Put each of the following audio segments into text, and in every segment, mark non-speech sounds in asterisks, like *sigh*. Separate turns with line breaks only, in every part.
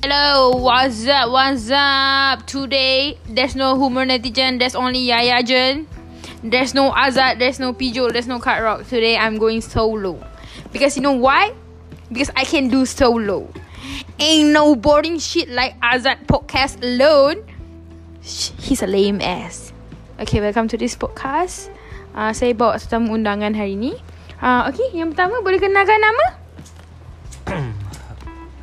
Hello, what's up, what's up? Today, there's no humor netizen, there's only Yaya Jen. There's no Azad, there's no Pijo, there's no Cut Rock. Today, I'm going solo. Because you know why? Because I can do solo. Ain't no boring shit like Azad podcast alone. Sh- He's a lame ass. Okay, welcome to this podcast. Uh, saya bawa tetamu undangan hari ni. Uh, okay, yang pertama boleh kenalkan nama?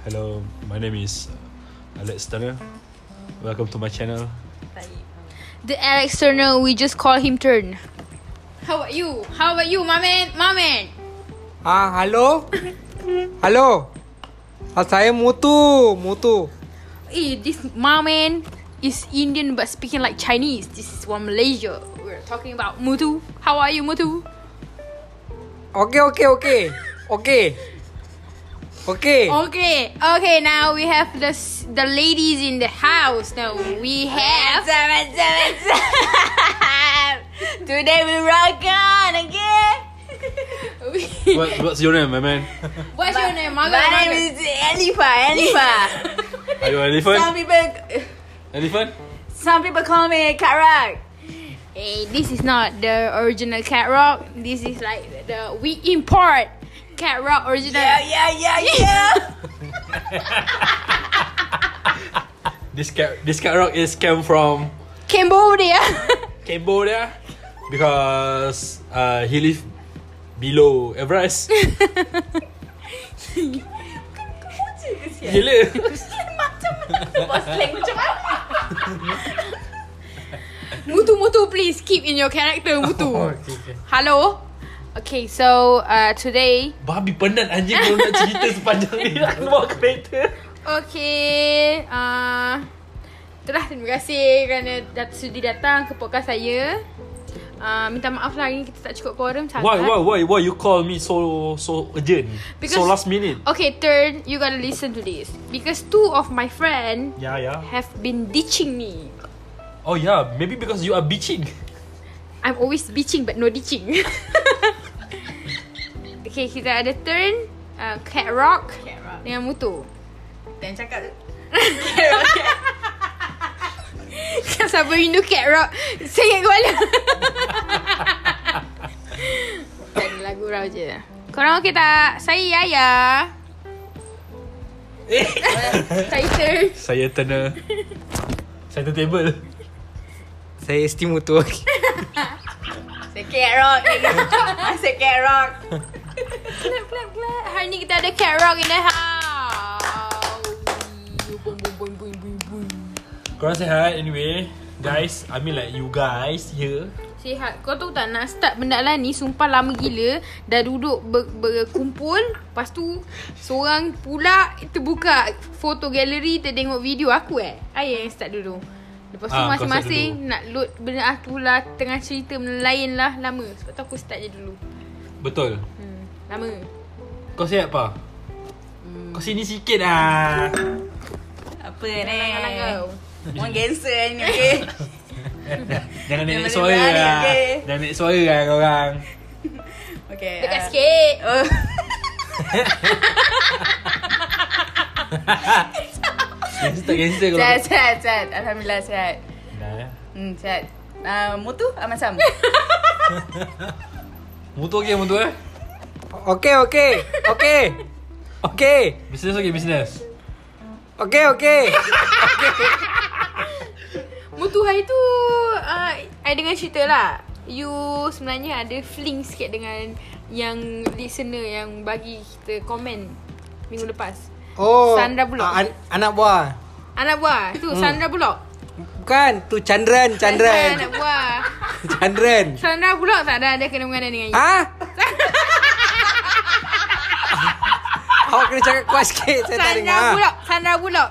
Hello, my name is uh, Alex Tanner. Welcome to my channel.
The Alex Turner, we just call him Turn. How about you? How about you, my man? My man?
Ah, hello? hello? Ah, saya Mutu, Mutu.
Eh, this my man is Indian but speaking like Chinese. This is from Malaysia. We're talking about Mutu. How are you, Mutu?
Okay, okay, okay. Okay.
Eh.
Okay.
Oh. Okay, okay. Now we have the s- the ladies in the house. Now we have. *laughs* Today we rock on again.
What, what's your name, my man?
*laughs* What's your name?
My
My, my name
name is Elifa. Elifa.
Are you an
*laughs* some
elephant?
people,
Elephant?
some people call me Karak.
Hey, this is not the original cat rock. This is like the we import cat rock original.
Yeah, yeah, yeah, *laughs* yeah.
This cat, this cat rock is came from
Cambodia. *laughs*
Cambodia because uh, he live below Everest. he live.
Mutu Mutu, please keep in your character
*laughs*
Mutu. Hello. Okay, so uh, today,
Babi penat anjing kalau nak cerita sepanjang ni nak keluar kereta.
okay, uh, itulah terima kasih kerana dat sudi datang ke podcast saya. Uh, minta maaf lah hari ni kita tak cukup quorum sangat.
Why, why, why, why you call me so so urgent?
Because-
so last minute.
Okay, turn. You gotta listen to this because two of my friend
Yeah, yeah.
have been ditching me.
Oh yeah, maybe because you are bitching.
I'm always bitching but no ditching. *laughs* okay, kita ada turn uh, Cat Rock
Cat Rock.
dengan Mutu.
Dan cakap
Kan siapa rindu Cat Rock Sengit kepala Tak ada lagu rau je Korang okey tak? Saya Yaya Saya turn
Saya tena Saya table
Saya Esti Mutu. Okay.
Saya
*laughs*
Karak. *laughs* Saya Karak.
Clap clap clap Hari ni kita ada Cat Rock in the house Boom boom boom boom boom boom
Korang sihat anyway Guys, I mean like you guys here
Sihat Kau tahu tak nak start benda lah ni Sumpah lama gila Dah duduk ber, berkumpul Lepas tu Seorang pula Terbuka Foto galeri Terdengok video aku eh Ayah yang start dulu Lepas tu
Ah, kau start
masing-masing
dulu.
Nak load benda aku lah Tengah cerita benda lain lah Lama Sebab tu aku start je dulu
Betul
hmm, Lama
Kau sihat pa? Hmm. Kau sini sikit lah
Apa ni?
Alang-alang kau
Orang gangster ni, okay?
*laughs*
Jangan
Jangan
naik
balik
suara
balik,
lah
okay.
Jangan naik suara lah korang
Okay.
Dekat
ah.
sikit
Oh.
Gangster gangster korang
Sihat, sihat, sihat. Alhamdulillah, sihat.
Dah ya
Hmm, sihat. Uh, Mutu, Aman
*laughs*
Sam.
Mutu okay mutu eh
Okay, okay. Okay. Okay.
Business okay business
Okay, okay.
Mutu hari tu uh, I dengar cerita lah You sebenarnya ada fling sikit dengan Yang listener yang bagi kita komen Minggu lepas
Oh.
Sandra Bullock.
ah, an- anak buah.
Anak buah tu hmm. Sandra Bullock
Bukan, tu
Anak
Chandran, Chandran.
buah
Chandran.
Sandra Bullock tak ada ada kena mengena dengan you
Ha? Awak kena cakap kuat sikit Saya
Sandra
tak dengar
Bullock Sandra Bullock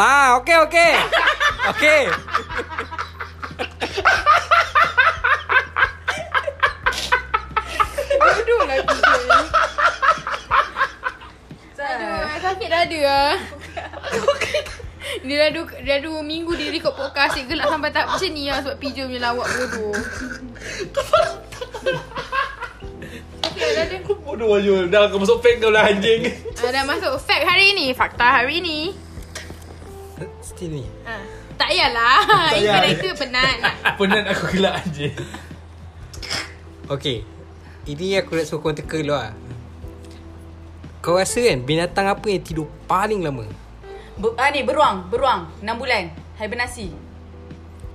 Ah, okey okey. Okey.
Bodoh lah kita ni. Aduh, sakit dada lah. *laughs* Dia dah dua, dah dua minggu dia record podcast Asyik gelak sampai tak macam ni lah Sebab pijam je lawak bodoh Sakit dada
Eh, Bodoh Ayul Dah kau masuk fake kau lah anjing *laughs*
Ah, dah masuk fact hari ni Fakta hari ni
Still ni
ah. Tak payahlah
*laughs* Tak
Ini
payah.
mereka penat nak
Penat aku gelak anjing
Okay Ini aku nak suruh korang teka dulu lah Kau rasa kan Binatang apa yang tidur paling lama
Ber, ah, ni beruang, beruang 6 bulan hibernasi.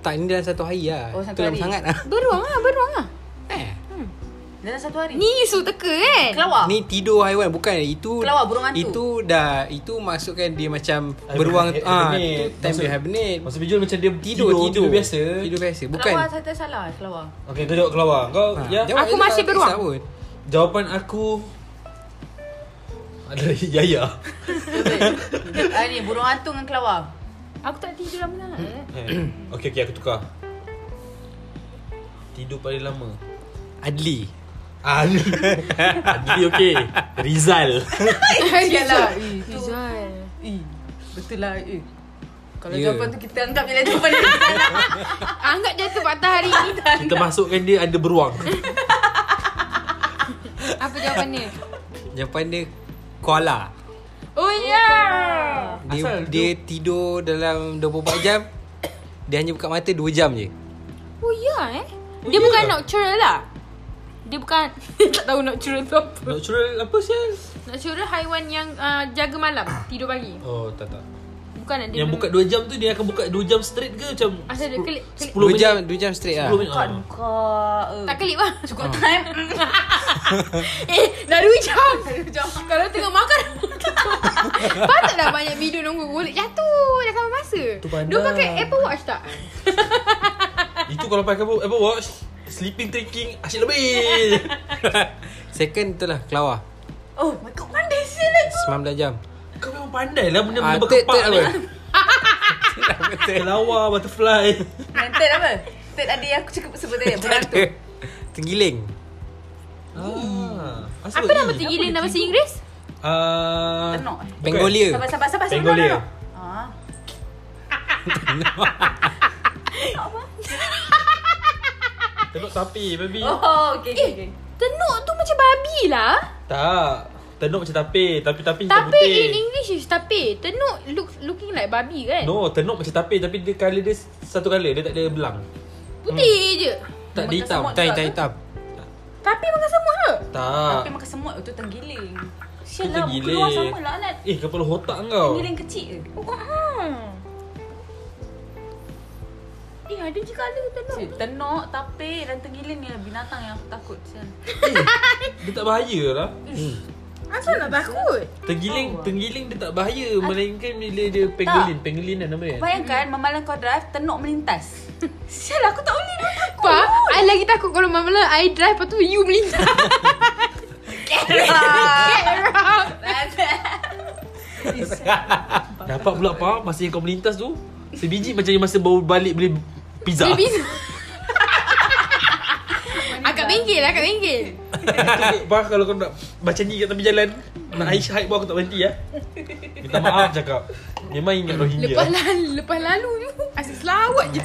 Tak ni dalam satu hari lah
Oh, satu
Tu lama
hari.
sangat lah
Beruang lah Beruang lah
eh.
Dalam satu hari.
Ni isu teka kan
Eh, kelawar.
Ni tidur haiwan Bukan Itu
Kelawar, burung hantu.
Itu dah Itu maksudkan dia macam Beruang ah, tu Time dia hibernate
Masa bijul macam dia
Tidur Tidur,
tidur biasa
Tidur biasa Bukan
Kelawar saya tak salah *laughs* kelawar.
Okay kau jawab keluar Kau
Ah,
ya
jawab
Aku
je lah,
masih
tak
beruang.
kisah pun.
Jawapan aku *laughs* Adalah Yaya
Betul. ah, ni burung hantu dengan kelawar.
Aku tak tidur lama *laughs* sangat eh.
Eh, Okay okay aku tukar Tidur paling lama
Adli
Adli
*laughs*
Adli okay Rizal
Sialah.
Rizal
Eh, betul lah eh. Kalau
Ya.
yeah. jawapan tu kita anggap je lah jawapan dia *laughs* salah.
Angkat jatuh patah hari ni
Kita masukkan dia ada beruang
Apa jawapannya
Jawapan dia Koala
Oh ya
Dia,
Asal
dia tidur dalam 24 jam Dia hanya buka mata 2 jam je
Oh ya eh Dia
Oh, ya.
bukan nocturnal lah Dia bukan
*laughs*
Tak tahu nocturnal tu apa
Natural apa sih?
Nocturnal haiwan yang uh, Jaga malam Tidur pagi
Oh tak tak
Bukan nak dia
Yang buka 2 jam tu Dia akan buka 2 jam straight ke Macam
Asal dia kelip, kelip.
10
2
minit.
jam 2 jam straight lah
10 minit
Kan
ah.
kau. eh.
Tak kelip lah
Cukup time.
*laughs* Eh dah 2 jam Kalau tengah *laughs* makan Patutlah banyak video nunggu Boleh jatuh Dah sampai masa
Tu pandai.
Dia pakai Apple Watch tak? *laughs*
Itu kalau pakai Apple, Apple Watch Sleeping tracking Asyik lebih
*laughs* Second tu lah Kelawar
Oh my god pandai sial.
19 jam
*laughs* Kau memang pandai lah Benda-benda
Ah, Third
berkepak
third apa
ni *laughs* Kelawar Butterfly
Yang third apa? Third ada yang aku cakap sebut tadi burung hantu.
Tenggiling
*laughs* ah, asal
Apa
tak
nama
ni?
tinggi dia nama bahasa Inggeris?
Ah,
Tenok. eh?
Ya.
Bengolia
Sabar sabar sabar sabar.
Bengolia.
no, no, no. Ah.
Tenok tapi baby
Oh, okay, okay, okay.
Eh, Tenuk tu macam babi lah
Tak Tenok macam tapi Tapi tapi hitam
Tapi
Eh, putih
in English is tapi Tenuk look, looking like babi kan?
No tenok macam tapi Tapi dia colour dia Satu colour Dia tak ada belang
Putih
Hmm.
je
Tak ada
Makan
hitam
semut
Tak
juga
hitam
ke?
hitam
Tapi makan semua lah. ke?
Tapi
Ah.
Tak
makan semut tu tenggiling.
Itu
Sial lah,
tenggiling.
keluar sama lah Alat.
Eh kepala hotak kau
Tenggiling kecil ke?
Hmm. Eh ada je colour tenuk
Cik, Tenok, tapir dan tenggiling ni lah binatang yang aku takut sial.
Dia tak bahaya lah
Asal nak takut?
Tenggiling
Tahu ah.
Tenggiling dia tak bahaya Melainkan bila dia Pangolin Pangolin lah nama dia
Bayangkan mamalan kau drive, tenok melintas. Kan? *laughs* Sial aku tak boleh dulu takut.
Pak,
*laughs*
I lagi takut kalau malam-malam I drive Lepas tu you melintas *laughs*
Ah.
around
*laughs*
Dapat pula pa Masa yang kau melintas tu Sebiji macam yang masa baru balik beli pizza
Dia *laughs*
*laughs*
bisa Akak pinggir lah, akak pinggir
Pa kalau kau nak Macam ni kat tepi jalan Nak air hype pun aku tak berhenti ya. Minta maaf cakap Memang ingat Rohingya *laughs*
Lepas lalu, lepas lalu tu Asyik selawat je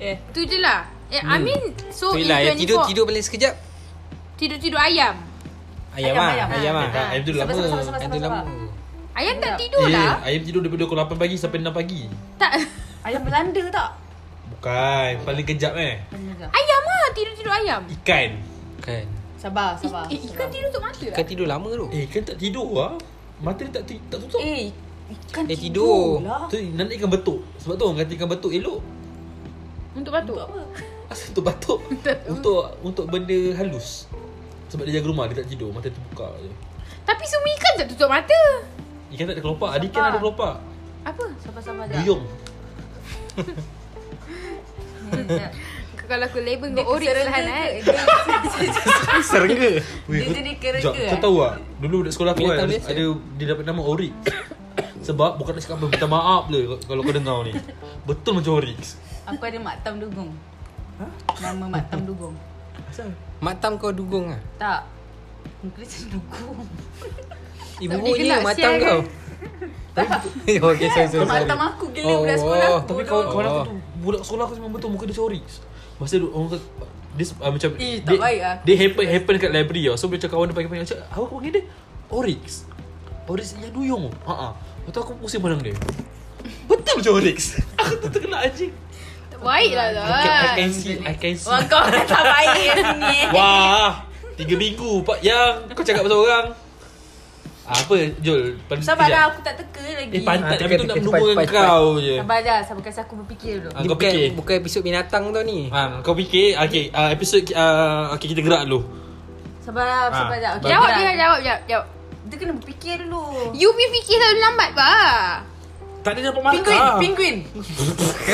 Okay.
Tu je lah eh, I mean So
Tu
in
lah yang
24
tidur Tidur paling sekejap
Tidur-tidur ayam
Ayam
Ayam,
lah
ayam.
Ayam lah
Tak, ayam tu Ha,
Sabar,
lama
sabar, sabar, sabar.
Ayam tu lama
Ayam tak
Sedap.
tidur
Eh,
lah
Ayam tidur daripada pukul 8 pagi sampai 6 pagi
Tak *laughs*
Ayam Belanda tak?
Bukan Paling kejap eh
Ayam lah Tidur-tidur ayam
Ikan
Kan
Sabar,
Eh,
sabar.
eh, ikan tidur untuk mata
Kan
lah
tidur lama tu
Eh ikan tak tidur lah Mata dia tak, ti- tak tutup
Eh, ikan
Eh, tidur.
tidur lah.
Tu nanti ikan betuk Sebab tu orang kata ikan betuk elok
Untuk batuk
Asal untuk batuk Untuk untuk benda halus Sebab dia jaga rumah Dia tak tidur Mata terbuka je
Tapi semua ikan tak tutup mata
Ikan tak ada kelopak Ada ikan
Sabar.
ada kelopak
Apa?
Sabar-sabar jap.
Duyung
Kalau aku label
Dia
kau orik
keserengga
selahan eh
ke?
Serengga
Dia jadi kerengga,
Jom,
eh?
Kau tahu tak Dulu dekat sekolah aku kan
Binatang biasa.
Ada Dia dapat nama Oryx *coughs* Sebab bukan nak cakap apa Minta maaf le Kalau kau dengar ni Betul macam Oryx
Aku ada maktam dugong. Nama maktam dugong.
Matam kau dugung lah
Tak. Muka dia macam *laughs* dugong.
Tak
Eh
boleh
bubuknya
lah
gelak,
matam
sial
kau Okay sorry sorry sorry.
Maktam aku gila
Oh,
budak
oh,
sekolah. aku.
Tapi
Bodoh.
kawan, kawan aku tu Budak sekolah aku memang betul Muka dia macam Oryx Masa dia orang kata This uh, macam
Eh, tak
dia,
baik lah.
Dia happen, happen kat library tau So bila macam kawan dia panggil-panggil Macam awak panggil dia Oryx Oryx yang duyung Haa Lepas tu aku pusing pandang dia Betul macam Oryx *laughs* Aku tu terkena anjing
Tak baik lah
I can, I
Zat
can see I can see
Ah. Wah kau orang tak baik kat sini eh.
Wah Tiga minggu Pak Yang Kau cakap pasal orang Ah, Apa Jol pan-
Sabar
kejap.
dah aku tak teka lagi.
Eh pantat
Ah,
Tapi tu nak
tekan- tekan
menunggu dengan
cepat, cepat,
kau je
Sabar dah, sabar kasi aku berfikir
Ah,
dulu.
Ni
kau
bukan,
fikir.
bukan episod binatang tau ni
Ha, kau fikir Okay uh, episod uh, Okay kita gerak dulu
Sabar dah,
Ah,
sabar dah. Okay,
Jawab
gerak.
dia jawab jawab jawab
Dia kena berfikir dulu.
You punya fikir selalu lambat pa
Tak ada Ah. nampak
Penguin,
ah.
penguin.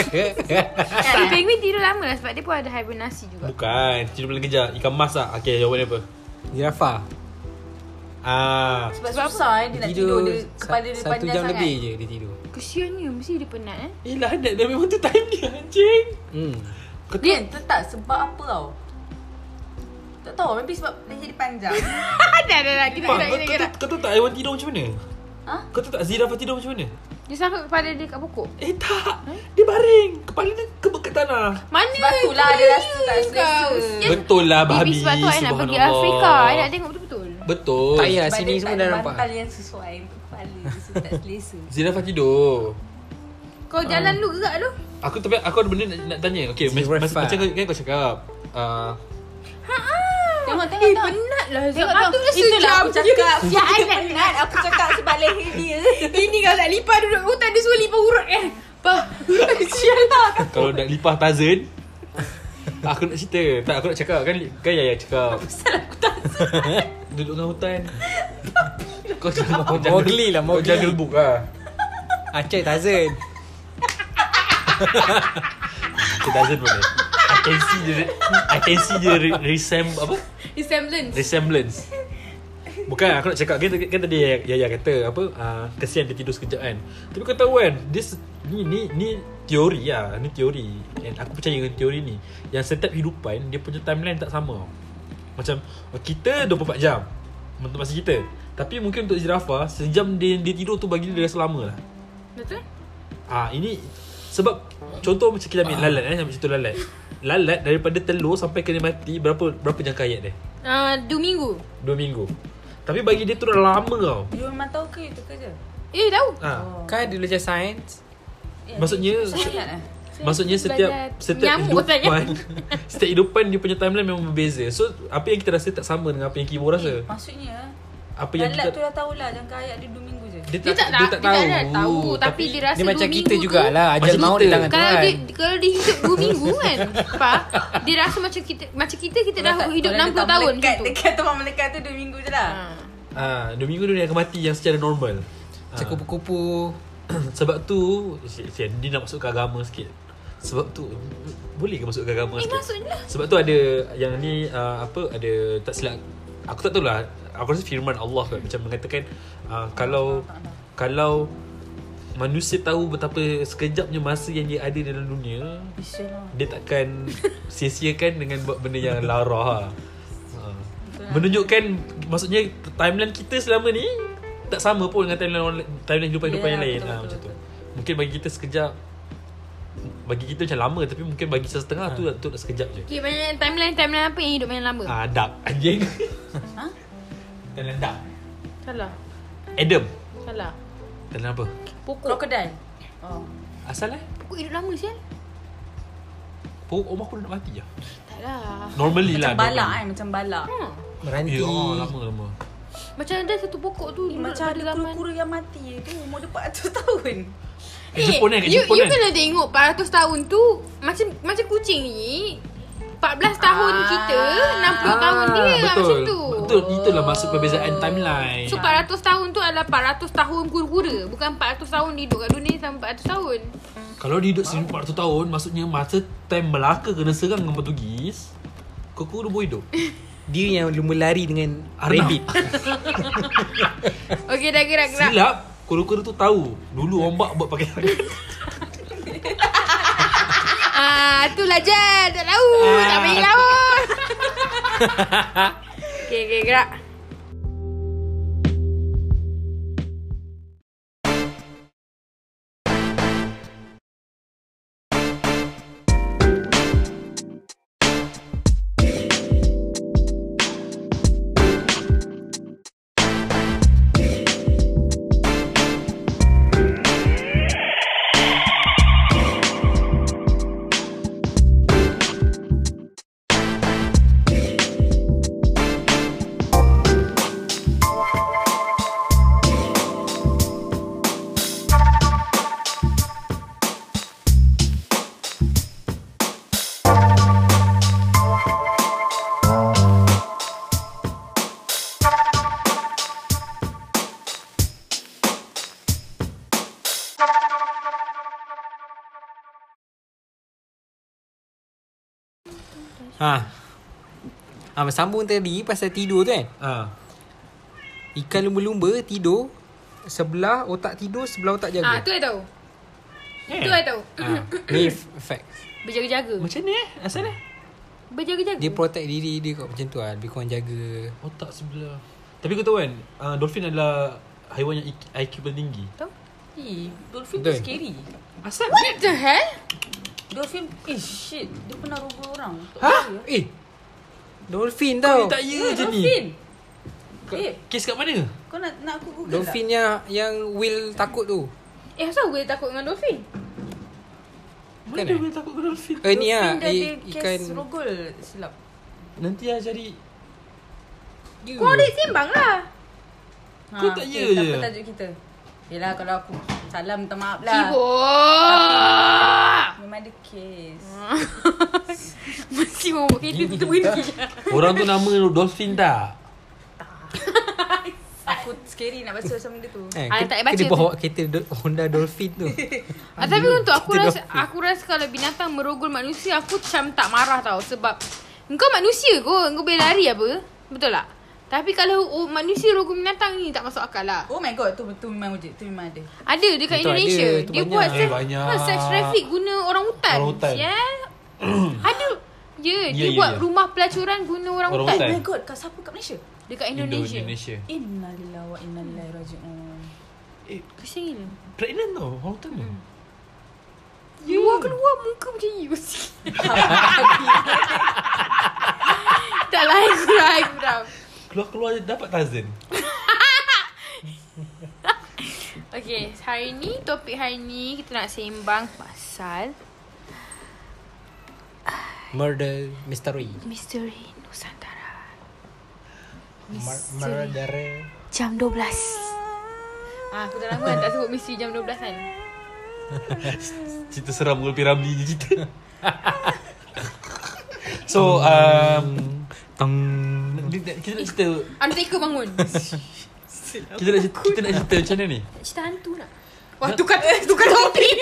Si penguin tidur lama lah Sebab dia pun ada hibernasi juga
Bukan Tidur bulan kejar Ikan mas lah Okay jawapan dia apa
Zirafa
Ah,
Sebab susah eh dia nak tidur dia kepala dia
Satu
panjang
jam
sangat.
lebih je dia tidur
Kesiannya Mesti dia penat eh
Yelah dah, dah memang tu time lah, dia anjing
Hmm
Dia tu tak sebab apa tau. Tak tahu, maybe sebab dia jadi
*laughs*
panjang.
Dah dah dah Kita gerak
Pak, kau,
kita
tahu-
gerak
kau tahu tak haiwan tidur macam mana?
Ha?
Kau tahu tak zirafah tidur macam mana?
Dia sangkut kepala dia kat pokok
Eh tak
Ha?
Dia baring Kepala dia kebekat tanah
Mana
Sebab tu lah dia rasa tak selesa.
Betul lah
Baby
babi
sebab tu I nak pergi
Subhanallah.
Afrika I nak tengok betul-betul
Betul
Tak payah
Sebab
Ya, sini
dia
semua
tak
dah
ada
nampak *laughs*
bantal yang sesuai untuk kepala. So tak selesa.
Zirafah tidur
Kau
Ah.
jalan lu gerak lu
Aku tapi aku ada benda nak, nak tanya Okay mas,
Zirafah.
mas, macam kau- kan kau cakap uh,
Tengok, tengok,
Eh
tengok.
penat lah Zat
Tengok
Mata
tengok.
dia
Itulah
sejam
aku
je
cakap.
*laughs* Ya I
Dia *laughs*
nak
*laughs* penat. Aku cakap sebab leher *laughs* dia.
Ini
kan-
kalau tak lipat duduk hutan Dia semua lipat urut kan Bah *laughs* Sial lah
Kalau nak lipah Tarzan Aku nak cerita Tak aku nak cakap Kan, kan Yaya cakap Pasal aku Tarzan *laughs* Duduk dengan hutan Kau jangan kau jangan-
Mowgli lah,
Kau
Mowgli.
jangan book lah
Acai Tarzan
Okay Tarzan boleh I can see the I can see the re- resem apa
It's semblance
resemblance Bukan aku nak cakap kan, kan tadi Yaya, Yaya kata apa uh, kesian dia tidur sekejap kan. Tapi kau tahu kan this ni ni ni teori lah, ni teori. And aku percaya dengan teori ni. Yang setiap hidupan dia punya timeline tak sama. Macam oh, kita 24 jam untuk masa kita. Tapi mungkin untuk zirafah sejam dia, dia tidur tu bagi dia rasa lama lah.
Betul?
Ah ini sebab contoh macam kita ambil lalat eh, ambil contoh lalat. Lalat daripada telur sampai kena mati berapa berapa jangka ayat dia?
Uh, dua minggu
Dua minggu Tapi bagi dia tu dah lama tau
You memang tahu ke itu kerja?
Eh tahu
ha.
Kan dia belajar sains
Maksudnya
*laughs*
Sangat lah.
Maksudnya setiap
Belajar
Setiap
nyamuk
hidupan *laughs*
*laughs*
Setiap hidupan Dia punya timeline memang berbeza So apa yang kita rasa Tak sama dengan apa yang Kibo
Eh,
rasa
Maksudnya
Apa yang
Lalat tu
kita
dah tahulah Jangka ayat dia 2 minggu je
Dia
Dia tak, dia tak, dia tak tahu, tahu Tapi dia rasa
Dia
dua
macam
minggu
kita
tu,
jugalah
Macam
Ajal maut
kita.
di tangan
kalau
Tuhan
dia
Kan?
kalau dia hidup 2 minggu kan Pak Dia rasa macam kita macam kita kita dah
Orang tak-
hidup
orang
60
tak
tahun
melekat
macam tu.
Dekat teman melekat tu 2 minggu je lah
Ha.
ha, Dua minggu dia akan mati Yang secara normal ha.
Macam kupu-kupu
*clears throat* Sebab tu si- si- Dia nak masuk ke agama sikit Sebab tu Boleh ke masuk ke agama
Eh
sikit?
masuk je lah
Sebab tu ada yang ni uh, apa ada tak silap aku tak tahulah aku rasa firman Allah kot macam mengatakan uh, kalau kalau manusia tahu betapa sekejapnya masa yang dia ada dalam dunia
ya
dia
*laughs*
takkan sia-siakan dengan buat benda yang lara ha. Uh, menunjukkan maksudnya timeline kita selama ni tak sama pun dengan timeline orang- timeline hidupan-hidupan
Ya,
yang lain
betul,
ha,
betul,
macam tu
betul.
mungkin bagi kita sekejap bagi kita macam lama tapi mungkin bagi setengah tu tu dah sekejap je
Okay banyak timeline timeline apa yang hidup yang lama
Ah, Dab Anjing *laughs* Talent Dab
Salah
Adam
Salah
Talent apa?
Pokok
Krokodil Oh
Asal eh?
Pokok hidup lama sial
Pokok rumah aku dah nak mati je
Tak lah
Normally
Macam
lah
balak kan Macam balak
ha.
Meranti
Ya Allah lama-lama
Macam ada satu pokok tu
Eh,
duduk
Macam
pada
ada
laman.
kura-kura yang mati tu *laughs* Umur dia 400 tahun
Kat Jepun kan Kat
Eh, you,
Jepun
you
kan
kena tengok 400 tahun tu Macam macam kucing ni 14 tahun
Ah.
kita 60 tahun dia lah
Ah, Betul
macam tu
Betul Itulah maksud perbezaan timeline
So 400 tahun tu adalah 400 tahun kura-kura Bukan 400 tahun dia hidup kat dunia ni sampai 400 tahun
Kalau dia hidup 1400 tahun Maksudnya masa time Melaka kena serang dengan Portugis Kukuru boleh
*laughs*
hidup
Dia yang melari dengan
Arnab.
rabbit
Okay dah gerak-gerak
Silap Kura-kura tu tahu Dulu ombak buat pakai
*laughs*
tangan
Ah, tu lah je Tak tahu Tak payah lawan Okay, okay gerak
Ha. Ha, sambung tadi pasal tidur tu kan.
Ah.
Ikan lumba-lumba tidur sebelah otak tidur, sebelah otak
Ah,
jaga.
tu I tahu.
Eh.
Tu I tahu.
Ha. Ni f- fact.
*laughs* Berjaga-jaga.
Macam ni eh? Asal ni?
Berjaga-jaga.
Dia protect diri dia kot macam tu lah. Lebih kurang jaga.
Otak sebelah. Tapi kau tahu kan, uh, dolphin adalah haiwan yang IQ- IQ paling tinggi.
Eh, dolphin tu
Betul.
scary.
Asal?
What the hell?
Dolphin, eh shit, dia pernah roba orang. Tak tahu ya.
Eh. Dolphin
Kau
tau.
tak ya
Eh,
je ni.
Dolphin.
Kau-
Eh.
Kes kat mana?
Kau nak nak aku google
Dolphin yang yang Will takut tu.
Eh, asal gue takut dengan dolphin?
Mana
Kan,
dia
eh?
boleh takut dengan dolphin?
tak?
Eh ni lah.
Dolphin dah ada
i-
kes
Ikan.
rogol silap.
Nanti lah cari.
You.
Kau adik sembang lah.
kau tak ya
okay, tak
je.
apa tajuk kita. Yelah kalau aku salam minta maaf lah. *laughs*
Sibuk.
Memang ada kes.
Mesti bawa kereta tu berhenti.
Orang tu nama dolphin tak?
Aku scary nak basuh sama dia tu.
Eh,
Ah,
ke-
tak payah
ke dia
baca tu.
bawa kereta do- Honda Dolphin
*laughs*
tu.
Ah, tapi untuk aku
Kita
rasa
dolphin.
aku rasa kalau binatang merogol manusia aku macam tak marah tau sebab engkau manusia kot, engkau boleh lari apa? Betul tak? Tapi kalau oh, manusia rogol binatang ni tak masuk akal lah.
Oh my god, tu tu memang wujud, tu memang ada.
Ada dekat
Betul, ada.
Indonesia.
Tu
Dia
banyak.
buat
Eh,
sex,
banyak.
buat sex traffic guna orang hutan.
Orang hutan. *clears throat*
Ya. ada. Ya, yeah,
Ya,
dia
ya,
buat
ya.
rumah pelacuran guna orang,
Orang
hutan.
hutan.
Oh my god, kat siapa kat Malaysia?
Dekat Indonesia.
Indonesia.
Innalillahi wa inna ilaihi raji'un.
Eh,
Kesian
Ya.
gila.
pregnant tau. Orang tu
Hmm.
ni.
Luar keluar muka macam you. *laughs* tak lah, *laughs* I kurang, I kurang.
Keluar-keluar dapat Tarzan.
Okay, hari ni, topik hari ni kita nak sembang pasal
Murder mystery.
misteri Nusantara.
Mar- Murder.
Jam 12. Ah, aku dah lama kan tak sebut misteri jam 12 kan.
Cerita seram Gulpi Ramli je cerita
*laughs*
So um,
Tong.
di- di- Kita nak cerita
Undertaker bangun.
Kita nak cerita, kita nak cerita macam mana ni
Cerita hantu nak. Wah, tukar, tukar topik.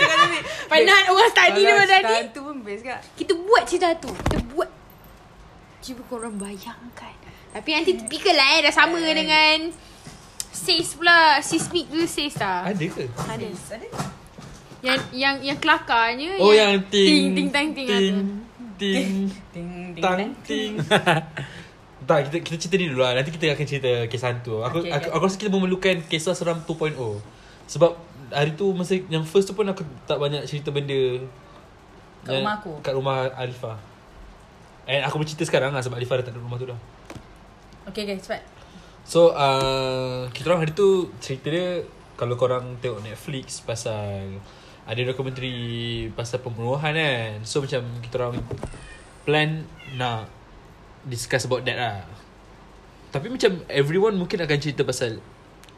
Penat orang study
Kalau
daripada *laughs* tadi.
cerita tu pun best kak.
Kita buat cerita tu Kita buat Cuba korang bayangkan Tapi nanti typical lah eh Dah sama dengan Sis pula Sismic ke sis lah
Ada ke?
Ada
Best, Ada.
Yang yang yang kelakarnya
Oh yang ting
ya. Ting ting tang ting, ting.
Ting Ting
*laughs*
Ding ding
Tang
ding.
ting *laughs* Tak kita, kita cerita ni dulu lah Nanti kita akan cerita Kes hantu Aku, okay,
Okay,
aku,
okay.
aku rasa kita memerlukan Kisah seram 2.0 Sebab Hari tu Masa yang first tu pun Aku tak banyak cerita benda
Kat
yang-
rumah aku.
Kat rumah Alifah And aku bercerita sekarang lah Sebab Alifah dah tak ada rumah tu dah
Okay, okay, cepat.
So uh, Kita orang hari tu Cerita dia Kalau korang tengok Netflix Pasal Ada dokumentari Pasal pembunuhan kan So macam Kita orang Plan Nak Discuss about that lah Tapi macam Everyone mungkin akan cerita pasal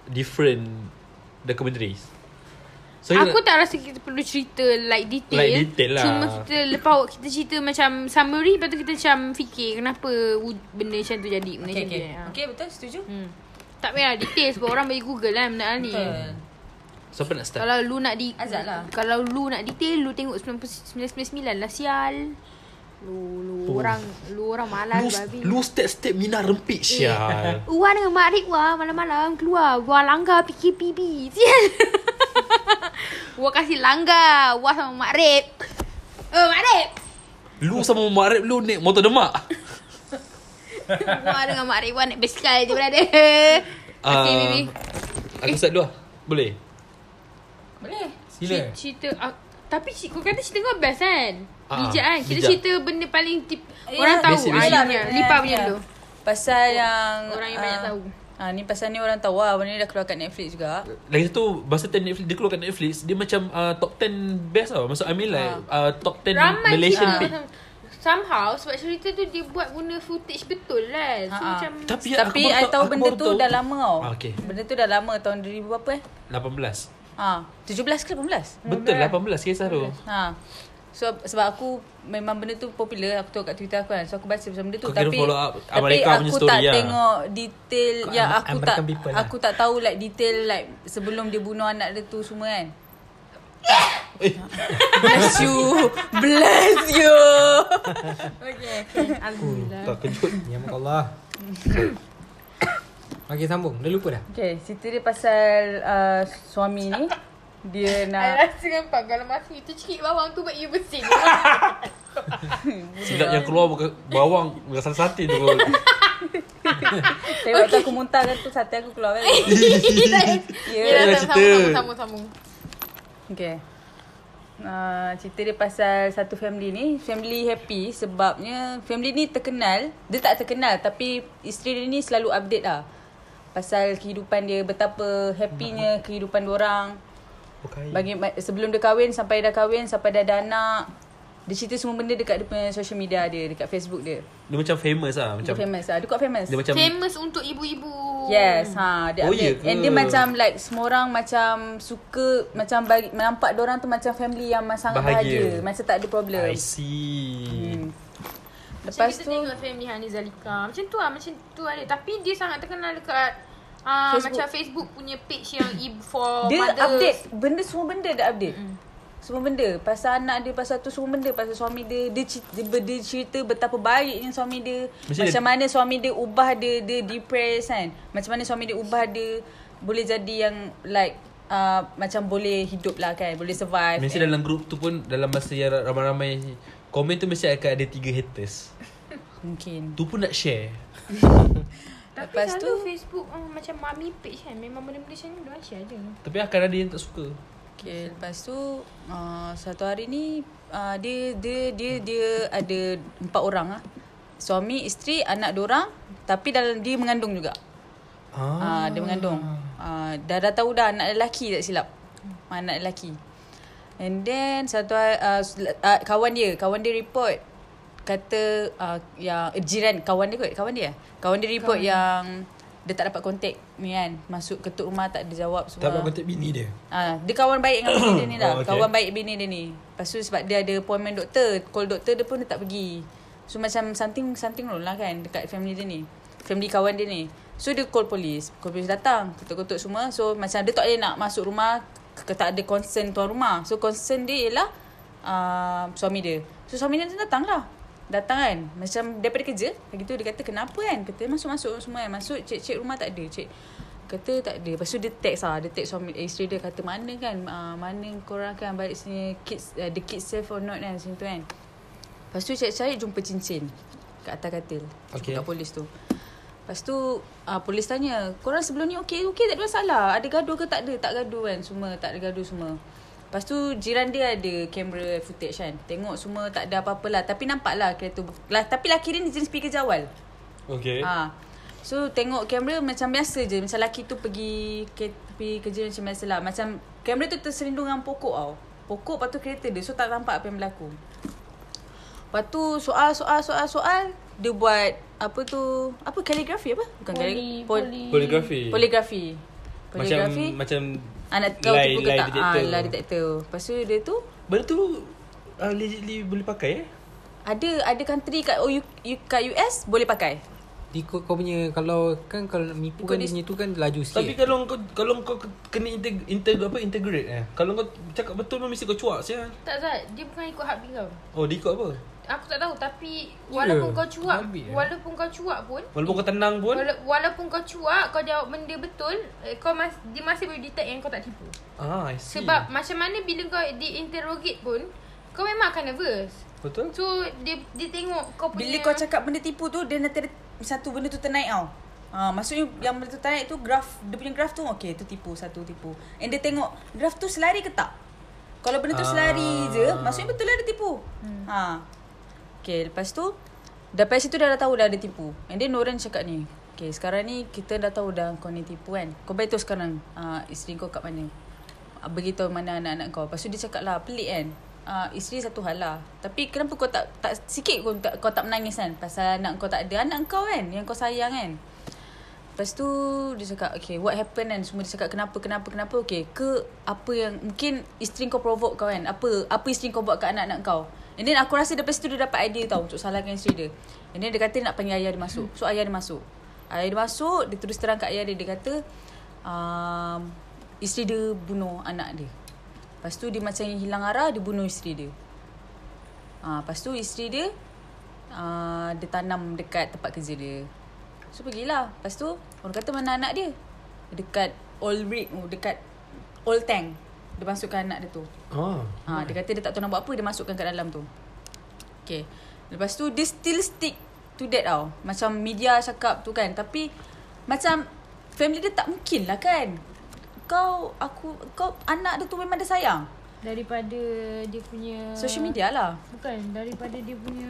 Different Documentaries So kita-
Aku tak rasa kita perlu cerita like detail
Like detail lah.
Cuma kita lepas kita cerita macam summary Lepas tu kita macam fikir Kenapa wujud- benda macam tu jadi Benda
Okay,
macam
okay.
tu Ah.
Okay, betul? Setuju?
Hmm. Tak payah detail sebab orang boleh google lah benda ni
Betul.
Siapa nak start?
Kalau lu nak di
Azad lah.
Kalau lu nak detail Lu tengok 999 lah sial Lu, lu
Oh.
orang Lu orang malas
Lu,
babi
lu step-step Mina rempit
Eh.
Syah
Uwa dengan Mak Rik Wah malam-malam keluar Wah langgar *laughs* PKPB Sial Wah kasih langgar Wah sama Mak Rik Oh Mak *laughs* Rik
*laughs* Lu sama Mak Rep Lu naik motor
*laughs*
demak
Wah dengan Mak Rik Wah naik basikal je berada Okay
*laughs* Ah,
baby
Aku start dulu lah Boleh?
Boleh.
Cita,
Sila.
cerita ah, tapi cik, kau kata cerita kau best kan?
Ah,
bijak kan? Kita
bijak.
cerita benda paling tip,
Ya.
orang tahu.
basic,
ah,
basic.
ni punya, Lipa punya dulu.
Pasal yang
Orang yang
ah,
banyak tahu.
Ah ni pasal ni orang tahu lah Benda ni dah keluar kat Netflix juga
Lagi satu Masa time Netflix Dia keluar kat Netflix Dia macam uh, Top 10 best tau Maksud I mean like
Ah.
uh, Top 10
Ramai
Malaysian
cerita
pick
macam- Somehow sebab cerita tu dia buat guna footage betul lah. So
Ah, ah.
macam
Tapi,
Tapi
Ya, aku baru
I tahu
aku
benda
baru
tu dah lama tau
Ah, okay.
Benda tu dah lama Tahun 2000 berapa eh
18
Ah, 17 ke 18
Betul 18 kisah tu
Ha. So sebab aku memang benda tu popular aku tengok kat Twitter aku kan. So aku baca pasal benda tu
Kau kira
tapi
follow up
tapi
Amerika punya
aku
story
tak
lah.
tengok detail
Kau
yang
Amer-
aku
American
tak
people lah.
aku tak tahu like detail like sebelum dia bunuh anak dia tu semua kan.
Eh,
Bless
*laughs*
you. Bless you.
Okay.
Alhamdulillah.
Tak *laughs* kejut
Ya Allah. Okay sambung Dah lupa dah
Okay, cerita dia pasal uh, suami ni. Dia
I
*laughs*
nak...
rasa nampak kalau masa itu cekik bawang tu buat you
*laughs*
bersin.
Silap yang keluar bukan bawang Bukan sate-sate
*laughs*
tu kot.
Tapi waktu aku muntah kan tu sate aku keluar kan.
*laughs*
Yelah,
Yelah,
cerita.
sambung-sambung.
Okay. Uh, cerita dia pasal satu family ni Family happy sebabnya Family ni terkenal Dia tak terkenal tapi Isteri dia ni selalu update lah Pasal kehidupan dia Betapa happynya kehidupan orang
Bukan
bagi sebelum dia kahwin sampai dah kahwin sampai dah ada anak dia cerita semua benda dekat dia punya social media dia dekat Facebook dia
Dia macam famous lah
macam,
Macam
dia famous lah dia kuat famous
Dia macam
Famous untuk ibu-ibu.
yes ha
Oh,
dia
ya
update
ke?
and dia macam like semua orang macam suka macam bagi nampak dia orang tu macam family yang sangat
Bahagia.
bahagia, macam tak ada problem
I see
hmm.
Macam
lepas
kita
tu
tengok family Hani Zalika. Macam tu lah, macam tu ada. Tapi dia sangat terkenal dekat ah
Facebook.
macam Facebook punya page yang ibu
Oh,
for
dia
mothers.
update benda semua benda dia update mm. semua benda pasal anak dia pasal tu semua benda pasal suami dia dia cerita, dia, ber- dia cerita betapa baiknya suami dia
Mesti
macam
dia-
mana suami dia ubah dia dia depressed kan macam mana suami dia ubah dia boleh jadi yang like uh, macam boleh hidup lah kan boleh survive
Mesti
And-
dalam grup tu pun Dalam masa yang ramai-ramai Komen tu mesti akan ada tiga haters
mungkin
Tu pun nak share
Tapi
Lepas
selalu
tu-
Facebook ah, macam mami page kan. Memang benda-benda macam ni diorang share je.
Tapi akan ada yang tak suka
Okay, lepas tu uh, satu hari ni uh, dia dia dia dia ada empat orang ah. Suami, isteri, anak dorang tapi dalam dia mengandung juga. Ah. Uh, dia mengandung. Uh, dah dah tahu dah anak lelaki tak silap. Ah, Anak lelaki. And then satu hari, uh, sel- uh, kawan dia, kawan dia report kata uh, yang eh, jiran kawan dia kot, kawan dia. eh? Kawan dia report kawan. yang dia tak dapat kontak ni kan. Masuk ketuk rumah tak ada jawab
Tak
semua.
dapat kontak bini dia
Ah, dia kawan baik dengan bini dia ni
Oh, okay.
lah. Oh, okay. Kawan baik bini dia ni. Lepas tu sebab dia ada appointment doktor, call doktor dia pun dia tak pergi. So macam something something wrong lah kan dekat family dia ni. Family kawan dia ni. So dia call polis. Call polis datang, ketuk-ketuk semua. So macam dia tak boleh nak masuk rumah ke tak ada concern tuan rumah. So concern dia ialah uh, suami dia. So suami dia tu datang lah. Datang kan Macam daripada kerja Lagi tu dia kata kenapa kan Kata masuk-masuk semua kan Masuk cek-cek rumah tak ada Cek Kata tak ada Lepas tu dia text lah Dia text suami eh, isteri dia Kata mana kan uh, Mana korang kan balik sini kids, uh, The kids safe or not kan Macam tu kan Lepas tu cari-cari jumpa cincin Kat atas katil
Okay.
okay. Kat polis tu Lepas tu uh, Polis tanya Korang sebelum ni okey Okey tak ada masalah Ada gaduh ke tak ada Tak gaduh kan Semua tak ada gaduh semua Lepas tu jiran dia ada kamera footage kan Tengok semua tak ada apa-apa lah Tapi nampak lah kereta ber- lah, Tapi laki dia ni jenis pergi jawal
Okay
Ha. So tengok kamera macam biasa je Macam lelaki tu pergi ke, pergi kerja macam biasa lah Macam kamera tu terselindung dengan pokok tau Pokok lepas tu kereta dia So tak nampak apa yang berlaku Lepas tu soal soal soal soal Dia buat apa tu Apa kaligrafi apa? Bukan kaligrafi pol-
Poligrafi
Poligrafi Poligrafi
Macam
macam, Anak tahu tipu ke tak Ah,
detector.
Lie detector Lepas tu dia tu
Benda tu uh, Legitly boleh pakai eh
ada ada country kat oh, you, kat US boleh pakai.
Ikut kau punya Kalau kan Kalau nak mipu kan
Ikut
Dia
dis-
punya tu kan Laju sikit
Tapi kalau kau kalau kau kena integ, integ, apa integrate eh. Kalau kau cakap betul memang mesti kau cuak sia.
Tak Zat, dia bukan ikut hak kau.
Oh, dia ikut apa?
Aku tak tahu tapi walaupun
Ya,
kau cuak,
ambil eh.
walaupun kau cuak pun
Walaupun kau tenang pun.
Wala- walaupun kau cuak, kau jawab benda betul, eh, kau mas, dia masih boleh detect yang kau tak tipu.
Ah,
Hmm.
I see.
Sebab macam mana bila kau diinterrogate pun, kau memang akan nervous.
betul?
So dia dia tengok kau
Bila
punya
kau cakap benda tipu tu Dia nanti ada satu benda tu ternaik tau Ha, maksudnya yang benda tu ternaik tu graf Dia punya graf tu Okay tu tipu Satu tipu And dia tengok Graf tu selari ke tak Kalau benda tu
Ah.
selari je Maksudnya betul lah dia tipu hmm. ha. Okay lepas tu Daripada situ dah, dah tahu dah dia tipu And then Noran cakap ni Okay sekarang ni Kita dah tahu dah kau ni tipu kan Kau baik tu sekarang uh, Isteri kau kat mana Ah, Beritahu mana anak-anak kau Lepas tu dia cakap lah Pelik kan uh, Isteri satu hal lah Tapi kenapa kau tak tak Sikit pun tak, kau tak menangis kan Pasal anak kau tak ada Anak kau kan Yang kau sayang kan Lepas tu dia cakap okay what happened kan semua dia cakap kenapa kenapa kenapa okay ke apa yang mungkin isteri kau provoke kau kan apa apa isteri kau buat kat anak-anak kau and then aku rasa daripada situ dia dapat idea tau untuk salahkan isteri dia and then dia kata dia nak panggil ayah dia masuk so ayah dia masuk ayah dia masuk dia terus terang kat ayah dia dia kata um, isteri dia bunuh anak dia Lepas tu dia macam hilang arah Dia bunuh isteri dia Ah, lepas tu isteri dia ah, dia tanam dekat tempat kerja dia. So pergilah. Lepas tu orang kata mana anak dia? Dekat oil rig, oh, dekat oil tank. Dia masukkan anak dia tu.
Oh.
Ha, dia kata dia tak tahu nak buat apa, dia masukkan kat dalam tu. Okay. Lepas tu, dia still stick to that tau. Macam media cakap tu kan. Tapi, macam family dia tak mungkin lah kan. Kau, aku, kau anak dia tu memang dia sayang.
Daripada dia punya
Social media lah.
Bukan Daripada dia punya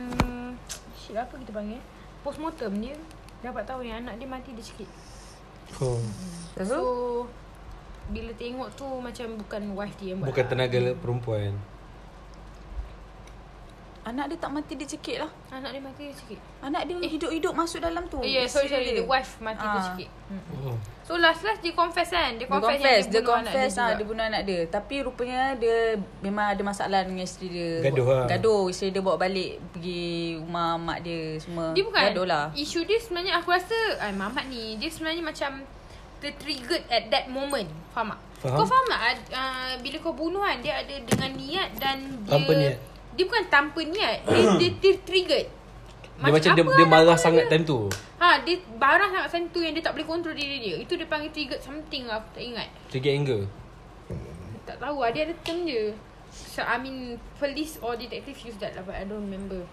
Shit apa kita panggil Postmortem dia Dapat tahu yang anak dia mati dia sikit
oh.
So Bila tengok tu Macam bukan wife dia yang buat lah.
Bukan tenaga le- perempuan.
Anak dia tak mati, dia cekik lah.
Anak dia mati dia sikit
Anak dia hidup-hidup masuk dalam
Oh,
tu.
yeah, Eh. sorry, sorry.
Isteri
The wife mati
Ah.
dia sikit.
Oh.
So, last-last dia confess kan? Dia
Dia
confess,
confess,
yang
dia
bunuh anak
confess ah
juga.
dia bunuh anak dia. Tapi rupanya dia memang ada masalah dengan isteri dia.
Gaduh
Bawa-
lah.
Gaduh, isteri dia bawa balik pergi rumah mak dia semua.
Dia bukan
gaduh lah.
Isu dia sebenarnya Aku rasa Ay, Mamat ni Dia sebenarnya macam Tertriggered at that moment Faham tak?
Faham.
Kau faham tak ad- uh, Bila kau bunuh kan Dia ada dengan niat Dan dia
Tanpa niat.
Dia bukan tanpa niat Dia,
*clears throat*
dia tertriggered
Dia macam dia,
apa
dia
lah
marah
nama
sangat
dia?
time tu.
Ha dia barang sangat time tu Yang dia tak boleh kontrol diri dia Itu dia panggil triggered something lah Aku tak ingat
Trigger anger.
Tak tahu lah Dia ada term je So I mean Police or detective use that lah But I don't remember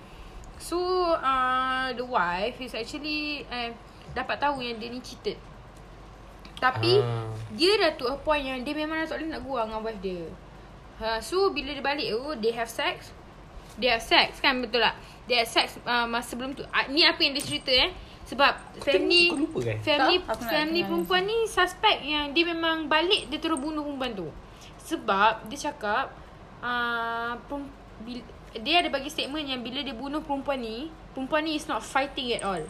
So uh, The wife is actually uh, Dapat tahu yang dia ni cheated Tapi
Ah.
Dia dah to a point yang Dia memang dah tak boleh nak gurau dengan wife dia uh, So bila dia balik tu They have sex They have sex kan betul tak They have sex uh, Masa sebelum tu uh, Ni apa yang dia cerita eh Sebab Family
kau lupa kan?
Family
Tak, aku nak
family
dengar.
perempuan ni suspect yang dia memang balik dia terus bunuh perempuan tu. Sebab dia cakap uh, bila, dia ada bagi statement yang bila dia bunuh perempuan ni, perempuan ni is not fighting at all.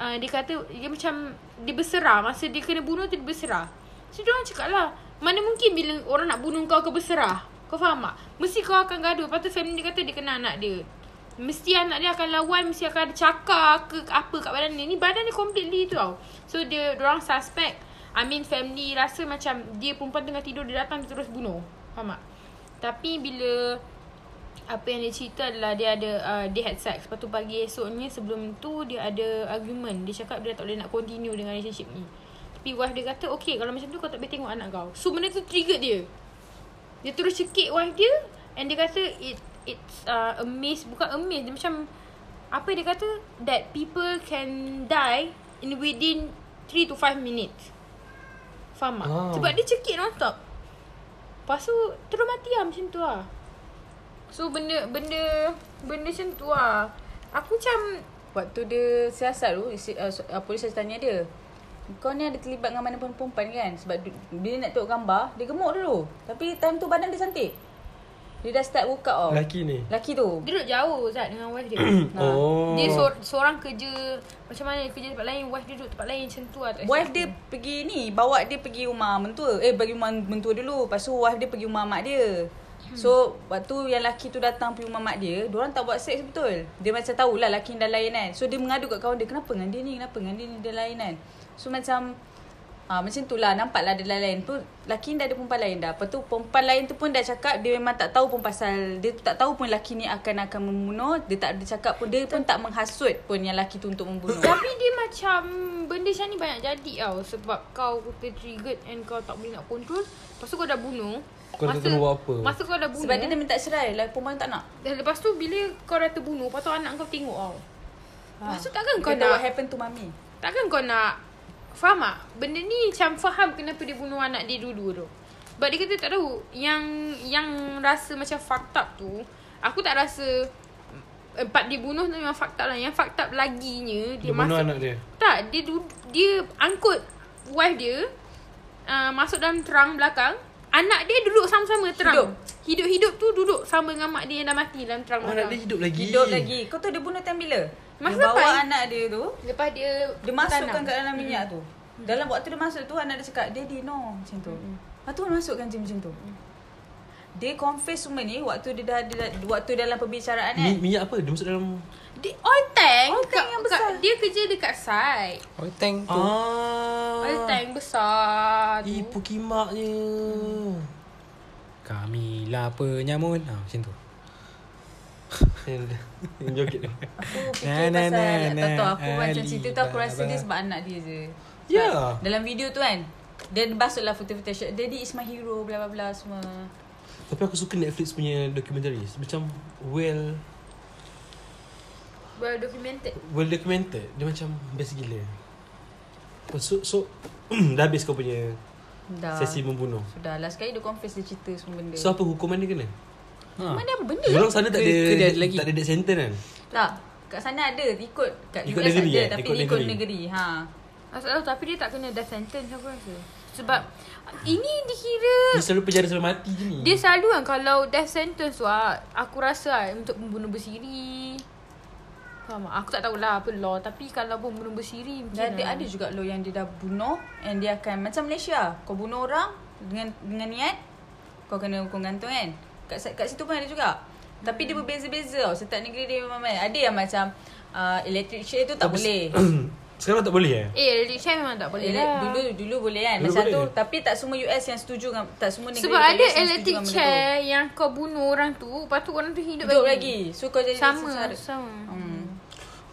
Uh, dia kata dia macam dia berserah masa dia kena bunuh tu dia berserah. So dia orang cakap lah mana mungkin bila orang nak bunuh kau kau berserah. Kau faham tak? Mesti kau akan gaduh. Lepas tu family dia kata dia kena anak dia. Mesti anak dia akan lawan Mesti akan ada cakar ke apa kat badan dia Ni badan dia completely tu tau So dia orang suspect I mean family rasa macam Dia perempuan tengah tidur Dia datang dia terus bunuh Faham tak? Tapi bila apa yang dia cerita adalah dia ada uh, they had sex lepas tu pagi esoknya sebelum tu dia ada argument dia cakap dia tak boleh nak continue dengan relationship ni tapi wife dia kata okay kalau macam tu kau tak boleh tengok anak kau so benda tu trigger dia dia terus cekik wife dia And dia kata it It's uh, amazed Bukan amazed Dia macam Apa dia kata That people can die In within 3 to 5 minutes Faham tak?
Oh.
Oh. Sebab dia cekik non-stop Lepas tu Terus mati lah macam tu lah So benda Benda Benda macam tu lah Aku macam
Waktu dia siasat tu isi, uh, so- uh, Polis saya tanya dia Kau ni ada terlibat dengan mana pun perempuan kan Sebab du- bila nak tengok gambar Dia gemuk dulu Tapi time tu badan dia cantik Dia dah start workout
Oh.
tau
Lelaki ni.
Laki tu
Dia duduk jauh Zat dengan wife dia Ha.
Oh.
Dia sor- seorang kerja Macam mana dia kerja tempat lain Wife dia duduk tempat lain Macam tu lah tak
Eh, Wife
siap.
dia pergi ni Bawa dia pergi rumah mentua Eh pergi rumah mentua dulu Lepas tu wife dia pergi rumah mak dia So Waktu yang lelaki tu datang pergi rumah mak dia Diorang tak buat seks betul Dia macam tahulah lelaki ni dah lain kan So dia mengadu kat kawan dia Kenapa dengan dia ni Kenapa dengan dia ni dia lain kan So macam Ah ha, macam tu lah Nampak lah dia dah lain tu Lelaki ni dah ada perempuan lain dah Lepas tu perempuan lain tu pun dah cakap Dia memang tak tahu pun pasal Dia tak tahu pun lelaki ni akan akan membunuh Dia tak dia cakap pun Dia pun tak menghasut pun yang lelaki tu untuk membunuh
Tapi dia macam Benda macam ni banyak jadi tau Sebab kau tertriggered And kau tak boleh nak control Lepas tu kau dah bunuh
Kau tak tahu buat apa.
Masa kau dah bunuh
Sebab dia dah minta cerai lah Perempuan tak nak
Dan lepas tu bila kau dah terbunuh Lepas tu anak kau tengok tau Lepas tu takkan kau
Kau tahu Ah. what
nak
happened to mami
Takkan kau nak Faham tak? Benda ni macam faham Kenapa dia bunuh anak dia dulu tu But dia kata tak tahu Yang Yang rasa macam fucked up tu Aku tak rasa eh, Part dia bunuh tu memang fucked up lah Yang fucked up laginya Dia,
Dia bunuh
masuk
anak dia.
tak, dia du- dia angkut wife dia uh, masuk dalam terang belakang. Anak dia duduk sama-sama terang. Hidup. Hidup-hidup tu duduk sama dengan mak dia yang dah mati dalam terang
Oh,
belakang.
anak dia hidup lagi.
Hidup lagi Kau tahu dia bunuh time bila
Masa
Dia bawa
lepas-
anak dia tu
Lepas dia
Dia masukkan kat dalam minyak tu Dalam waktu dia masuk tu Anak dia cakap Daddy no Macam tu Lepas tu dia masukkan je macam tu Dia confess semua ni Waktu dia dah, dia dah Waktu dalam perbicaraan kan
Mi, minyak apa? Dia masuk dalam
Dia oil tank.
Oil tank
kat-
yang besar.
Kat, dia kerja dekat site.
Oh, tank tu.
Ah.
Oil tank besar tu.
Ih, pukimaknya.
Kami lapar nyamun ha, Macam tu
Yang joget tu
Aku
Nah,
fikir
nah,
pasal
nah,
Tak tahu
nah,
aku macam
Ali,
cerita tu Aku
abang,
rasa dia
abang.
sebab anak dia je Sebab
Ya.
Dalam video tu kan Dia basuhlah foto-foto shot Daddy is my hero bla bla bla semua
Tapi aku suka Netflix punya documentary Macam well
Well documented
Well documented Dia macam best gila Oh, So, so *clears throat* Dah habis kau punya
Ah.
Dah
Sesi membunuh
Sudah lah sekali dia confess dia cerita semua benda
So apa hukuman dia kena? Ah.
ha.
Mana apa benda
Orang sana tak
Ke- ke dia
ada
ada lagi?
Tak ada death sentence kan?
Tak Kat sana ada ikut Kat
Ikut
US
negeri,
ada
eh?
Tapi
Ikut
dia ikut
negeri.
negeri ha.
Masalah oh, tapi dia tak kena death sentence aku rasa Sebab Ini dikira
Dia selalu penjara sampai mati je ni
Dia selalu kan kalau death sentence tu ah, Aku rasa ah, untuk pembunuh bersiri Faham tak? Aku tak tahulah apa law Tapi kalau pembunuh bersiri mungkin
Dan
ah.
ada, ada juga lo yang dia dah bunuh And dia akan Macam Malaysia Kau bunuh orang Dengan dengan niat Kau kena hukum gantung kan Kat, sa- kat situ pun ada juga Tapi
Hmm.
dia berbeza-beza tau Setiap negeri dia memang main. Ada yang macam uh, Electric chair tu tak
Tapi-
boleh
*clears throat* Sekarang tak boleh eh?
Eh Lady Chan memang tak *coughs* boleh
Ele-
lah
Dulu dulu boleh kan
Dulu
Macam
boleh.
tu Tapi tak semua US yang setuju dengan, Tak semua negeri
Sebab
kat
ada
US yang setuju
electric
dengan benda tu.
chair Yang kau bunuh orang tu Lepas tu orang tu hidup,
Hidup lagi So kau jadi
Sama
sengsara.
Sama
hmm.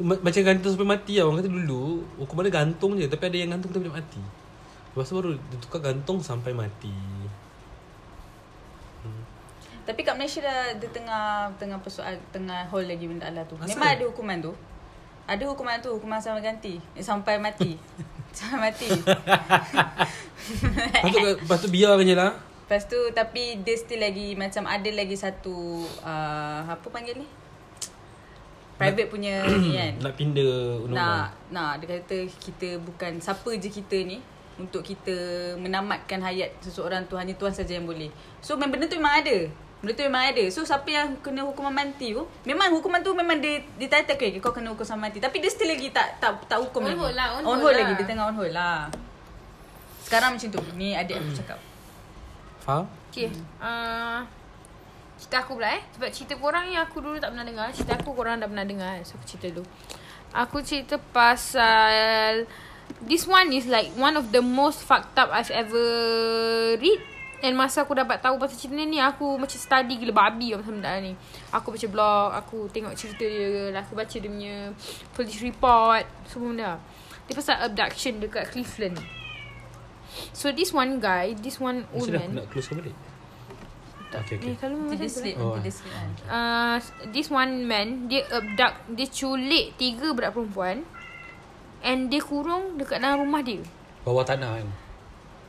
Ma- Macam gantung sampai mati lah Orang kata dulu Hukuman dia gantung je Tapi ada yang gantung sampai mati Lepas tu baru Dia tukar gantung sampai mati
Tapi kat Malaysia dah dia tengah tengah persoal tengah hold lagi benda Allah tu.
Asal?
Memang ada hukuman tu. Ada hukuman tu, hukuman sama ganti. Eh, sampai mati. sampai mati.
Lepas
*laughs*
tu, lepas tu biarkan je lah
Lepas tu tapi dia still lagi macam ada lagi satu uh, apa panggil ni? Private punya ni kan.
Nak pindah lah. undang-undang
Nak nak dia kata kita bukan siapa je kita ni untuk kita menamatkan hayat seseorang tu hanya Tuhan saja yang boleh. So memang benda tu memang ada. Benda tu memang ada. So siapa yang kena hukuman mati tu memang hukuman tu memang dia dia tak tak kau kena hukum sama mati. Tapi dia still lagi tak tak tak hukum
On
lagi.
hold lah, on hold
on hold
lah.
lagi dia tengah on hold lah. Sekarang macam tu. Ni adik aku cakap.
Hmm.
Faham?
Okay uh, Cerita aku pula eh Sebab cerita korang yang aku dulu tak pernah dengar Cerita aku korang dah pernah dengar So aku cerita dulu Aku cerita pasal This one is like One of the most fucked up I've ever read And masa aku dapat tahu pasal cerita ni Aku macam study gila babi lah pasal benda ni Aku baca blog Aku tengok cerita dia Aku baca dia punya Police report Semua benda Dia pasal abduction dekat Cleveland So this one guy This one
Macam dah
woman
nak close kau balik Okay,
Eh,
okay.
kalau
Nanti
macam
dia
tu
sleep,
Oh.
nanti dia sleep kan.
uh, This one man Dia abduct Dia culik Tiga budak perempuan And dia kurung Dekat dalam rumah dia
Bawah tanah kan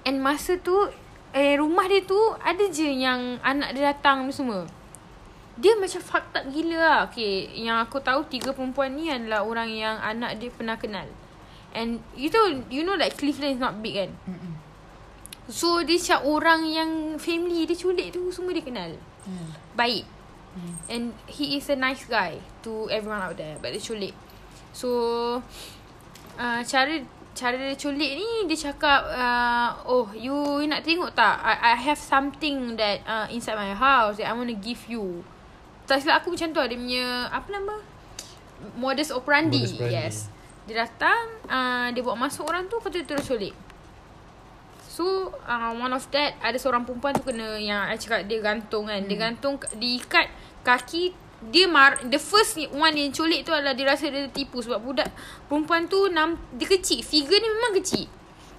And masa tu Eh rumah dia tu Ada je yang Anak dia datang ni semua Dia macam fucked up gila lah Okay Yang aku tahu Tiga perempuan ni adalah Orang yang anak dia pernah kenal And You know You know like Cleveland is not big kan So dia macam orang yang Family dia culik tu Semua dia kenal Baik And he is a nice guy To everyone out there But dia culik So uh, Cara Cara dia culik ni Dia cakap uh, Oh you, you nak tengok tak I, I have something that uh, Inside my house That I want to give you Tak silap aku macam tu lah, Dia punya Apa nama Modus operandi,
Modus operandi.
Yes Dia datang uh, Dia buat masuk orang tu Lepas tu dia terus culik So uh, One of that Ada seorang perempuan tu kena Yang I cakap dia gantung kan hmm. Dia gantung Diikat Kaki Dia mar The first ni- one yang culik tu Adalah dia rasa dia tertipu Sebab budak Perempuan tu nam, Dia kecil Figure ni memang kecil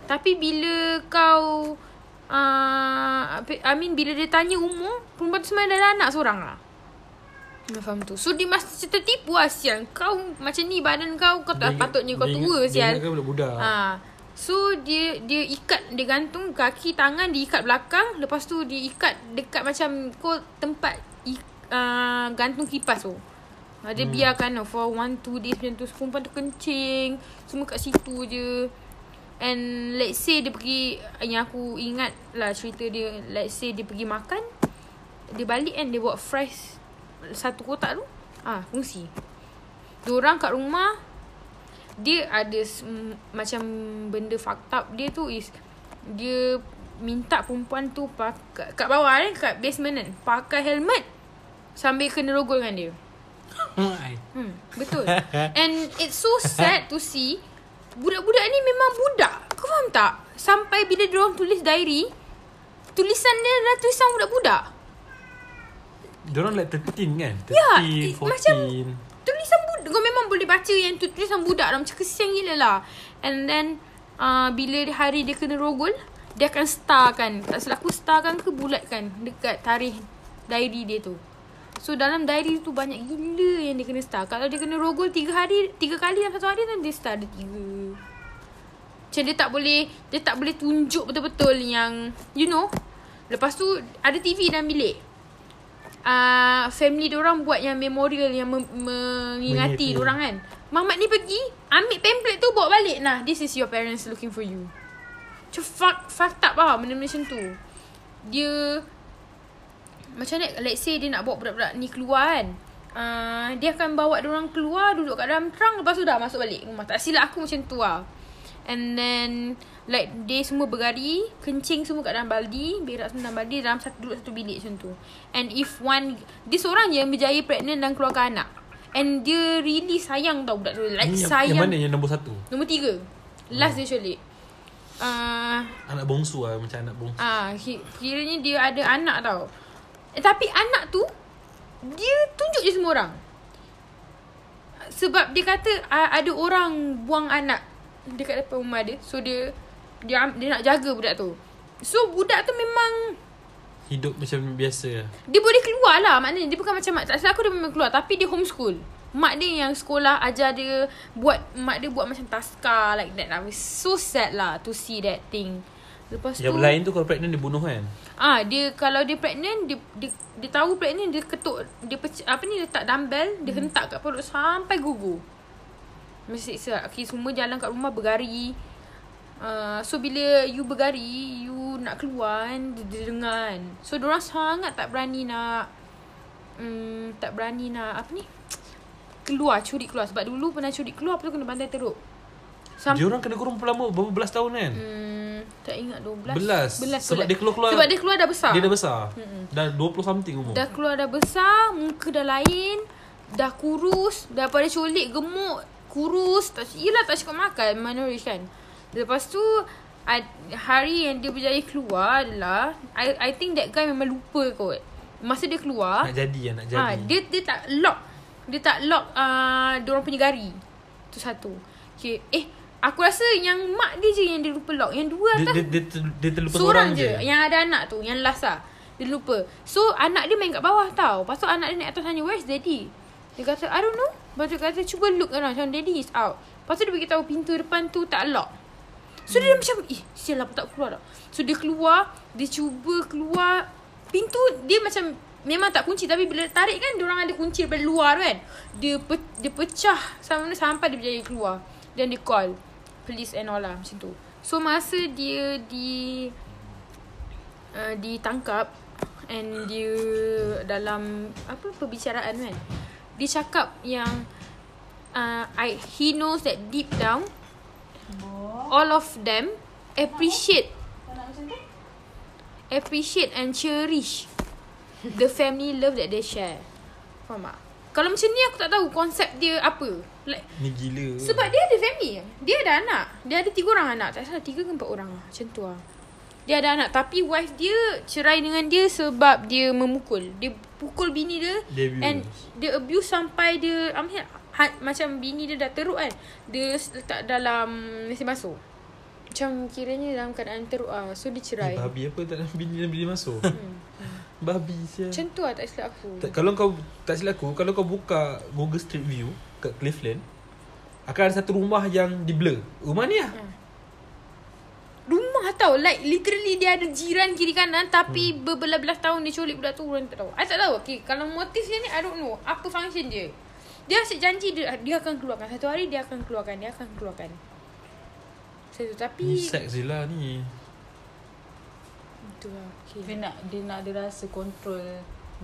Tapi bila kau uh, I mean bila dia tanya umur Perempuan tu sebenarnya adalah anak seorang lah Dia Faham tu So dia masih tertipu lah sial Kau macam ni badan kau Kau tak
Dia ingat-
patutnya kau
dia ingat-
tua
Dia
sial
ingat kan budak-budak
Ha. So dia dia ikat dia gantung kaki tangan diikat belakang lepas tu diikat dekat macam kau tempat i, uh, gantung kipas tu. Ha, dia hmm. biarkan tau for one two days macam tu So, perempuan tu kencing semua kat situ je. And let's say dia pergi yang aku ingat lah cerita dia let's say dia pergi makan dia balik kan dia bawa fries satu kotak tu. Ah, ha, fungsi. Diorang kat rumah dia ada mm, macam benda fucked up dia tu is dia minta perempuan tu pakai kat bawah ni kat basement kan pakai helmet sambil kena rogol dengan dia. Hmm, betul. And it's so sad to see budak-budak ni memang budak. Kau faham tak? Sampai bila dia orang tulis diary, tulisan dia adalah tulisan budak-budak.
Diorang like 13 kan 13,
Ya, it-
14
macam- Tulisan budak Kau memang boleh baca Yang tu tulisan budak lah Macam kesian gila lah And then uh, Bila hari dia kena rogol Dia akan starkan Tak salah aku starkan ke bulatkan Dekat tarikh Diary dia tu So dalam diary tu Banyak gila yang dia kena star Kalau dia kena rogol Tiga hari Tiga kali dalam satu hari Then dia star Ada tiga Macam dia tak boleh Dia tak boleh tunjuk betul-betul Yang You know Lepas tu Ada TV dalam bilik uh, family orang buat yang memorial yang mem-
Mengingati.
mengingati orang kan. Mamat ni pergi, ambil pamphlet tu bawa balik. Nah, this is your parents looking for you. Macam fuck, fucked up lah benda macam tu. Dia macam like, let's say dia nak bawa budak-budak ni keluar kan. Uh, dia akan bawa orang keluar duduk kat dalam trunk lepas tu dah masuk balik rumah. Tak silap aku macam tu lah. And then like dia semua bergari, kencing semua kat dalam baldi, berak semua dalam baldi dalam satu duduk satu bilik macam tu. And if one dia seorang je yang berjaya pregnant dan keluarkan anak. And dia really sayang tau budak tu. Like
Ni yang,
sayang.
yang mana yang nombor satu
Nombor tiga. Last dia culik. Ah,
Anak bongsu lah Macam anak bongsu
ah, ki- kiranya dia ada anak tau. Eh, tapi anak tu dia tunjuk je semua orang. Sebab dia kata ah, ada orang buang anak dekat depan rumah dia. So dia dia am- dia nak jaga budak tu. So budak tu memang
Hidup macam biasa lah
dia boleh keluar lah Maknanya dia bukan macam mak Tak salah aku dia memang keluar Tapi dia homeschool Mak dia yang sekolah Ajar dia Buat Mak dia buat macam taska Like that lah It's so sad lah To see that thing Lepas
Yang
tu
lain tu kalau pregnant dia bunuh kan
Ah dia kalau dia pregnant dia, dia dia tahu pregnant dia ketuk dia pecah, apa ni letak dumbbell
Hmm.
dia hentak kat perut sampai gugur. Mesti sekejap. Okay, semua jalan kat rumah bergari. Uh, so bila you bergari you nak keluar kan dia, dia dengar kan. So diorang sangat tak berani nak um, tak berani nak apa ni keluar curi keluar sebab dulu pernah curi keluar lepas tu kena bantai teruk. Sampai
Diorang kena kurung lama Berapa belas tahun kan
Hmm, tak ingat 12
Belas.
Belas
Sebab
kot.
dia keluar-keluar- lah.
Sebab dia keluar dah besar
Dia dah besar Dah 20 something umur
Dah keluar dah besar Muka dah lain Dah kurus Daripada colik gemuk Kurus tak, Yelah tak cukup makan Malnourished kan Lepas tu ad- Hari yang dia berjaya keluar adalah I, I think that guy memang lupa kot Masa dia keluar
Nak jadi lah Nak jadi
Ah, dia dia tak lock. Dia tak lock ah uh, orang punya gari. Tu satu. Okay. Eh, aku rasa yang mak dia je yang dia lupa lock. Yang dua
dia,
atas
dia, dia, ter- dia terlupa
Seorang je. je Yang ada anak tu Yang last lah Dia lupa So anak dia main kat bawah tau Lepas tu anak dia naik atas Tanya where's daddy Dia kata I don't know Lepas tu dia kata Cuba look around Macam daddy is out Lepas tu dia beritahu Pintu depan tu tak lock So dia macam Eh sial lah tak keluar tak So dia keluar Dia cuba keluar Pintu dia macam Memang tak kunci Tapi bila tarik kan Diorang ada kunci daripada luar tu kan Dia, pe, dia pecah sama Sampai dia berjaya keluar Dan dia call Police and all lah Macam tu So masa dia di uh, ditangkap and dia dalam apa perbicaraan kan dia cakap yang uh, I, he knows that deep down all of them appreciate appreciate and cherish the family love that they share faham tak kalau macam ni aku tak tahu konsep dia apa like
Ni gila
sebab dia ada family Dia ada anak Dia ada tiga orang anak Tak salah tiga ke empat orang lah Macam tu lah Dia ada anak Tapi wife dia Cerai dengan dia Sebab dia memukul Dia pukul bini dia
Dia abuse.
And dia abuse sampai dia um, ha, Macam bini dia dah teruk kan Dia letak dalam Mesin basuh Macam kiranya dalam keadaan teruk lah So dia
eh,
cerai
Babi apa tak nak bini dan bini masuk
Hmm.
Babi siapa
Macam tu lah tak silap aku
Tak, kalau kau tak silap aku kalau kau buka Google Street View kat Cleveland akan ada satu rumah yang di blur. Rumah ni lah.
Rumah tau Like literally dia ada jiran kiri kanan Tapi hmm. berbelas-belas tahun dia culik budak tu Orang tak tahu I tak tahu okay, Kalau motif dia ni I don't know Apa function dia Dia asyik janji dia, dia akan keluarkan Satu hari dia akan keluarkan Dia akan keluarkan Satu tapi
Ni seks je lah ni.
Itu lah
Dia
okay.
nak dia nak ada rasa control.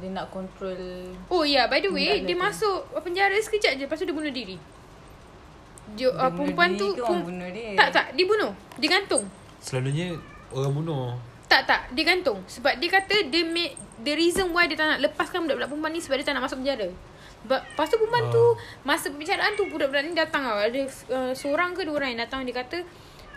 Dia nak control
Oh ya yeah, by the way Dia
Tindak dia tu.
masuk penjara sekejap je Lepas tu dia bunuh diri dia, uh,
Bunuh
Perempuan
diri
tu
ke orang
pem-
bunuh dia?
Tak tak Dia bunuh Dia gantung
Selalunya orang bunuh.
Tak tak Dia gantung Sebab dia kata dia make, The reason why dia tak nak lepaskan Budak-budak perempuan ni Sebab dia tak nak masuk penjara But, Lepas tu perempuan
Ah.
eh, tu Masa pembicaraan tu Budak-budak ni datang tau Ada uh, seorang ke dua orang yang datang Dia kata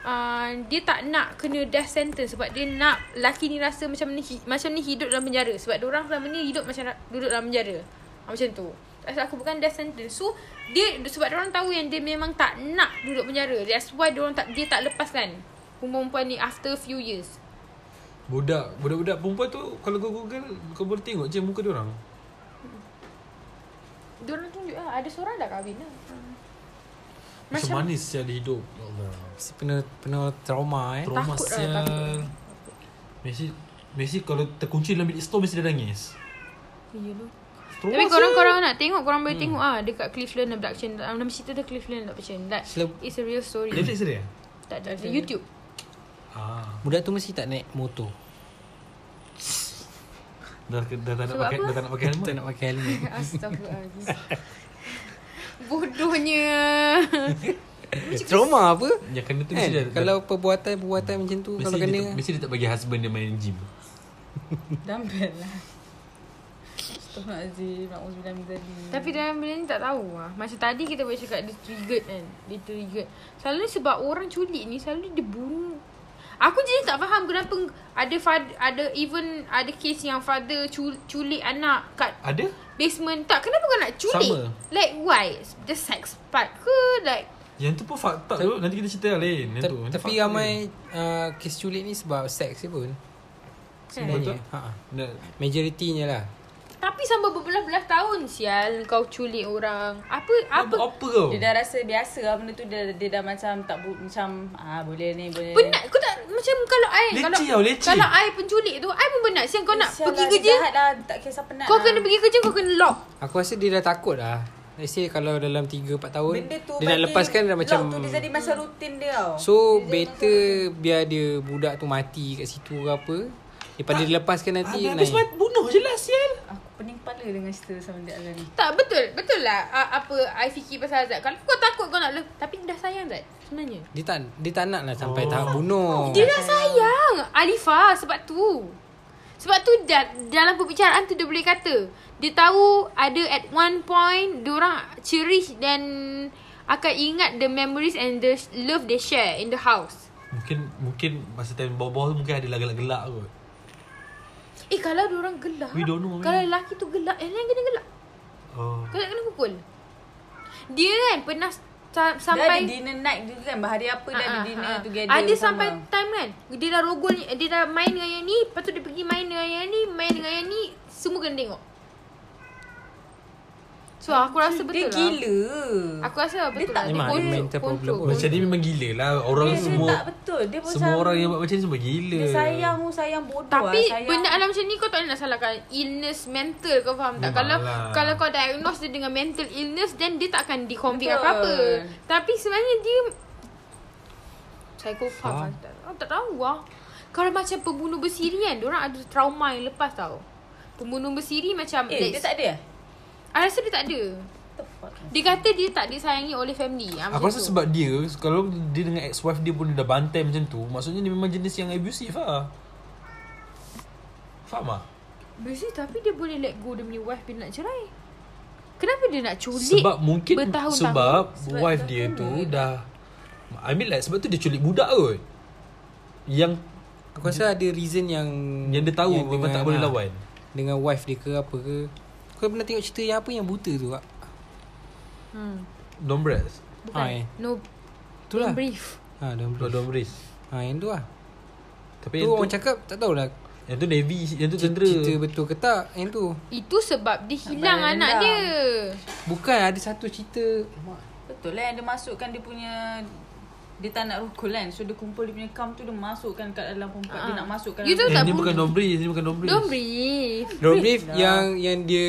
uh, dia tak nak kena death sentence sebab dia nak laki ni rasa macam ni hi- macam ni hidup dalam penjara sebab dia orang selama ni hidup macam ra- duduk dalam penjara. Ha, macam tu. Tak salah aku bukan death sentence. So dia sebab dia orang tahu yang dia memang tak nak duduk penjara. That's why dia orang tak dia tak lepaskan perempuan-perempuan ni after few years.
Budak Budak-budak perempuan tu Kalau kau google Kau boleh tengok je muka diorang
Dia orang tunjuk lah ada seorang dah kahwin lah.
Macam,
Macam-
manis dia hidup Ya Allah
Mesti penuh, penuh trauma eh
Trauma
Takut lah,
sial
takut.
Messi Messi kalau terkunci dalam bilik store Messi dia nangis
Ya tu.
Trauma
Tapi
sial.
korang-korang nak tengok Korang boleh hmm. tengok ah Dekat Cleveland Abduction um, Nama cerita dia Cleveland Abduction That
Seleb-
is a real story
Netflix dia
Tak ada *laughs* YouTube
Ah,
Budak tu mesti tak naik motor
dah, dah, tak nak
Sebab
pakai
apa?
dah tak nak pakai
*laughs*
helmet.
Tak nak pakai helmet
Astagfirullahaladzim Bodohnya *laughs*
Eh, Trauma apa
Yang kena tu
kan?
mesti dia
Kalau perbuatan-perbuatan macam tu
mesti
Kalau
dia,
kena
mesti dia tak bagi husband dia main gym.
Dumbbell lah. Astaghfirullahaladzim. Na'udzubillah min zalik.
Tapi dalam benda ni tak tahu lah Macam tadi kita boleh cakap Dia triggered kan Dia triggered Selalu sebab orang culik ni Selalu dia bunuh Aku jadi tak faham kenapa ada father, ada even ada kes yang father cul- culik anak kat
Ada?
basement tak kenapa kau nak culik
Sama.
like why the sex part ke like
Yang tu pun fakta tu. Nanti kita cerita lah lain. Yang tu.
Ta-
Nanti
Tapi
fakta lain.
ramai uh, Kes culik ni sebab seks je pun
Betul?
Sebenarnya ha,
Nak-
Majoritinya lah
Tapi sampai berbelah-belah tahun sial kau culik orang. Apa
Nak
apa
buat apa kau?
Dia dah rasa biasa lah benda tu. Dia, dia dah macam tak bu, macam ah boleh ni boleh
penat kau tak macam kalau I
Leceh
kalau
tau, leceh.
kalau I penculik tu I pun penat sial kau nak
Sial
pergi
lah, dia
kerja.
Jahat lah. Tak kisah penat
Kau
lah.
kena pergi kerja kau kena lock.
Aku rasa dia dah takut lah Let's say kalau dalam 3-4 tahun
Benda tu
Dia nak
bagi-
lepaskan dah
lock
macam
tu dia jadi masa rutin dia tau.
So better biar dia budak tu mati kat situ ke apa Daripada dia lepaskan nanti
Ah, Habis- Habis
naik
mati bunuh je lah sial.
Aku pening kepala dengan cerita sama dia Alan ni.
Tak betul. Betul lah uh, apa I fikir pasal Azad. Kalau kau takut kau nak lock tapi dah sayang Azad sebenarnya.
Dia tak, dia tak nak lah sampai oh. tahap bunuh
Dia dah sayang Alifa sebab tu. Sebab tu da- dalam perbicaraan tu dia boleh kata dia tahu ada at one point dia orang cherish dan akan ingat the memories and the love they share in the house.
Mungkin mungkin masa time bawah-bawah tu mungkin ada lah gelak-gelak kot.
Eh kalau dia orang gelak,
We don't know,
kalau
man.
lelaki tu gelak, eh lain kena gelak.
Oh.
Kau nak kena pukul. Dia kan pernah sa-
Sampai dia ada
sampai
dinner night dulu kan. Bahari apa dia ada
Ah, ah,
dinner
ah.
together.
Ada
sama.
sampai time kan Dia dah rogol ni- Dia dah main dengan yang ni Lepas tu dia pergi main dengan yang ni Main dengan yang ni Semua kena tengok So aku rasa betul
Dia
lah
gila.
Aku rasa betul
tak
lah
memang ada
kontrol-
mental problem Oh,
kontrol.
pun.
Macam ni memang gila lah. Orang
Oh. Dia, dia
semua
tak betul. Dia pun
semua
macam-
orang yang buat macam ni semua gila.
Dia sayang oh, sayang bodoh
Tapi
lah, sayang.
benda alam macam ni kau tak boleh nak salahkan illness mental kau faham tak?
Memang
Kalau
lah.
kalau kau diagnose dia dengan mental illness then dia tak akan dikonvict
Betul.
apa-apa. Tapi sebenarnya dia psikopat. Tak, oh, tak tahu lah. Kalau macam pembunuh bersiri kan, diorang ada trauma yang lepas tau. Pembunuh bersiri macam
Eh, dia tak ada? eh?
I rasa dia tak ada.
What the fuck?
Dia kata dia tak disayangi oleh family. Ah,
Aku
macam
rasa
tu.
sebab dia Kalau dia dengan ex-wife dia pun dia dah bantai macam tu Maksudnya dia memang jenis yang abusive lah Faham tak?
Busy tapi dia boleh let go dia punya wife bila nak cerai. Kenapa dia nak culik?
Sebab mungkin
bertahun-tahun?
sebab, sebab wife dia tu dah I mean like sebab tu dia culik budak kot Yang
Aku rasa ada reason yang
yang dia tahu
yang
memang
dengan-
tak boleh
ah,
lawan
Dengan wife dia ke apa ke Kau pernah tengok cerita yang apa yang buta tu Kak?
Hmm.
Dombres
Bukan.
Ah, eh.
No
Tu lah
brief.
ha, don't
Keluar
believe.
Dombres
ha, Yang tu lah
Tapi
Tu
yang
orang
tu,
cakap tak tahulah
yang tu Navy Yang tu tentera Eh,
Cerita betul ke tak Yang tu
Itu sebab dia hilang
Abang
anak
rendang.
dia.
Bukan ada satu cerita Mak,
Betul lah yang dia masukkan dia punya dia tak nak rukul kan So dia kumpul dia punya kam tu Dia masukkan kat dalam perempat Dia
Ah.
nak masukkan
You
dalam-
tahu
Eh,
tak
ni
pun-
bukan Dombres Ni bukan Dombres
Don't brief.
Road Rave yang yang dia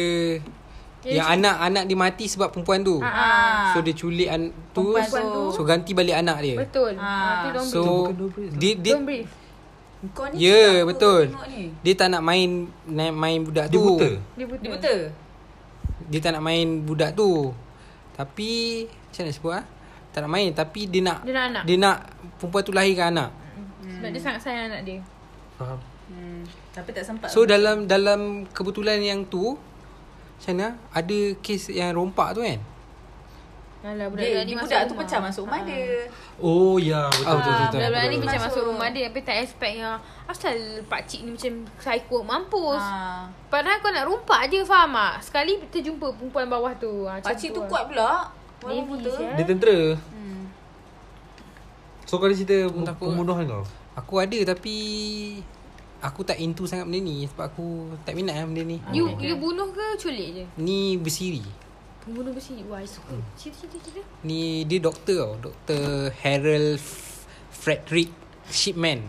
yang anak-anak dia mati sebab perempuan tu.
ah.
So dia culik an tu,
Perempuan
tu.
so ganti balik anak dia.
Betul.
Ah.
Ah, tu don't brief.
So
Itu bukan no brace
dia dia
Don't brief.
Kau ni
ya yeah,
kenapa
betul.
tengok ni?
Dia tak nak main na- main budak
Dia
tu.
buta
Dia buta.
Dia buta
Dia tak nak main budak tu. Tapi macam mana sebut ah? Tak nak main tapi dia nak
Dia nak anak.
dia nak perempuan tu lahirkan anak.
Sebab dia sangat sayang anak dia.
Faham
hmm. Tapi tak sempat
So dalam dalam kebetulan yang tu macam mana ada kes yang rompak tu kan.
Ah, Alah
Dia,
budak-budak ni
dia
masuk
budak tu
rumah.
pecah masuk rumah dia
Oh ya betul betul
Ah,
Ah,
betul.
Budak-budak ni
betul.
macam masuk
Masuk.
rumah dia Tapi tak expect yang Asal pakcik ni macam Psycho mampus
ha.
Padahal kau nak rumpak je Faham tak Sekali terjumpa perempuan bawah tu ha, macam
Pakcik tu
lah.
kuat pula
Navy
Walaupun betul
sia.
Dia tentera.
Hmm.
So kau ada cerita pembunuhan kau?
Aku ada tapi aku tak into sangat benda ni sebab aku tak minat lah benda ni.
You you bunuh ke culik je
Ni bersiri.
Pembunuh bersih Wah I
Hmm.
suka Cerita-cerita
Ni dia doktor tau. Doktor Harold F- Frederick Shipman.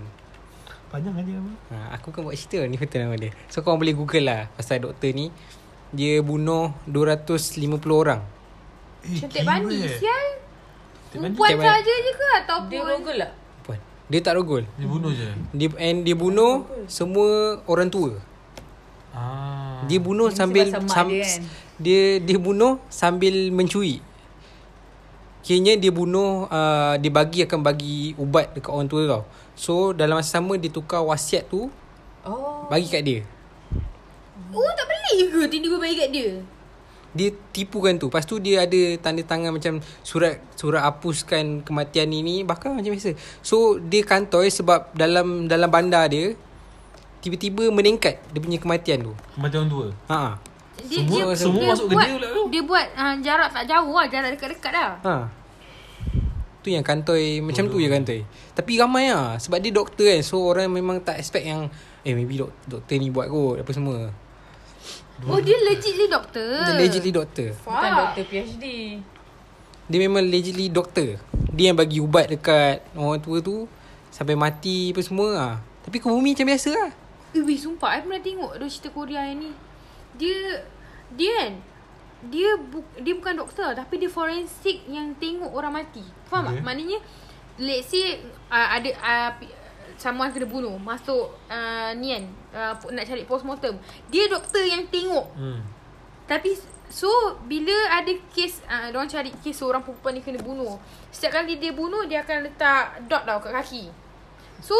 Panjang aja apa?
Ha, aku kan buat cerita ni betul nama dia. So korang boleh google lah pasal doktor ni. Dia bunuh 250 orang.
Eh,
Cantik mandi Sial Perempuan
mandi. Cantik
saja je ke
Dia lah.
Ataupun
Google tak?
Puan. Dia tak rogol.
Dia bunuh je.
Dia, and dia bunuh semua orang tua.
Ah.
Dia bunuh
Dia mesti
sambil
pasal mak
sam,
dia
dia,
kan?
dia dia bunuh sambil mencuri. Kiranya dia bunuh uh, dia bagi akan bagi ubat dekat orang tua tau. So dalam masa sama dia tukar wasiat tu
Oh
bagi kat dia.
Oh tak pelik ke Tiba-tiba baik kat dia
Dia tipukan tu. Lepas tu dia ada tanda tangan macam surat surat hapuskan kematian ini bahkan macam biasa. So dia kantoi sebab dalam dalam bandar dia tiba-tiba meningkat dia punya kematian tu.
Macam orang tua.
Ha.
dia, dia,
Semua- semua
dia
masuk ke
buat,
dia pula tu.
Dia buat uh, jarak tak jauh lah Jarak dekat-dekat lah
Ha. Tu yang kantoi Macam tu je kantoi Tapi ramai lah Sebab dia doktor kan So orang memang tak expect yang Eh maybe dok- doktor ni buat kot Apa semua
Oh dia legitly doktor
Dia legitly doktor
Bukan
Fuck.
doktor PhD
Dia memang legitly doktor Dia yang bagi ubat dekat Orang tua tu Sampai mati apa semua lah Tapi ke bumi macam biasa lah
Eh weh sumpah I pernah tengok Ada cerita Korea yang ni Dia Dia kan Dia bu, Dia bukan doktor Tapi dia forensik Yang tengok orang mati Faham okay. tak? Maknanya Let's say uh, Ada uh, pi- Someone kena bunuh Masuk uh, Ni kan uh, po- Nak cari postmortem Dia doktor yang tengok
Hmm.
Tapi So Bila ada kes uh, Diorang cari kes Seorang perempuan ni kena bunuh Setiap kali dia bunuh Dia akan letak Dot tau kat kaki So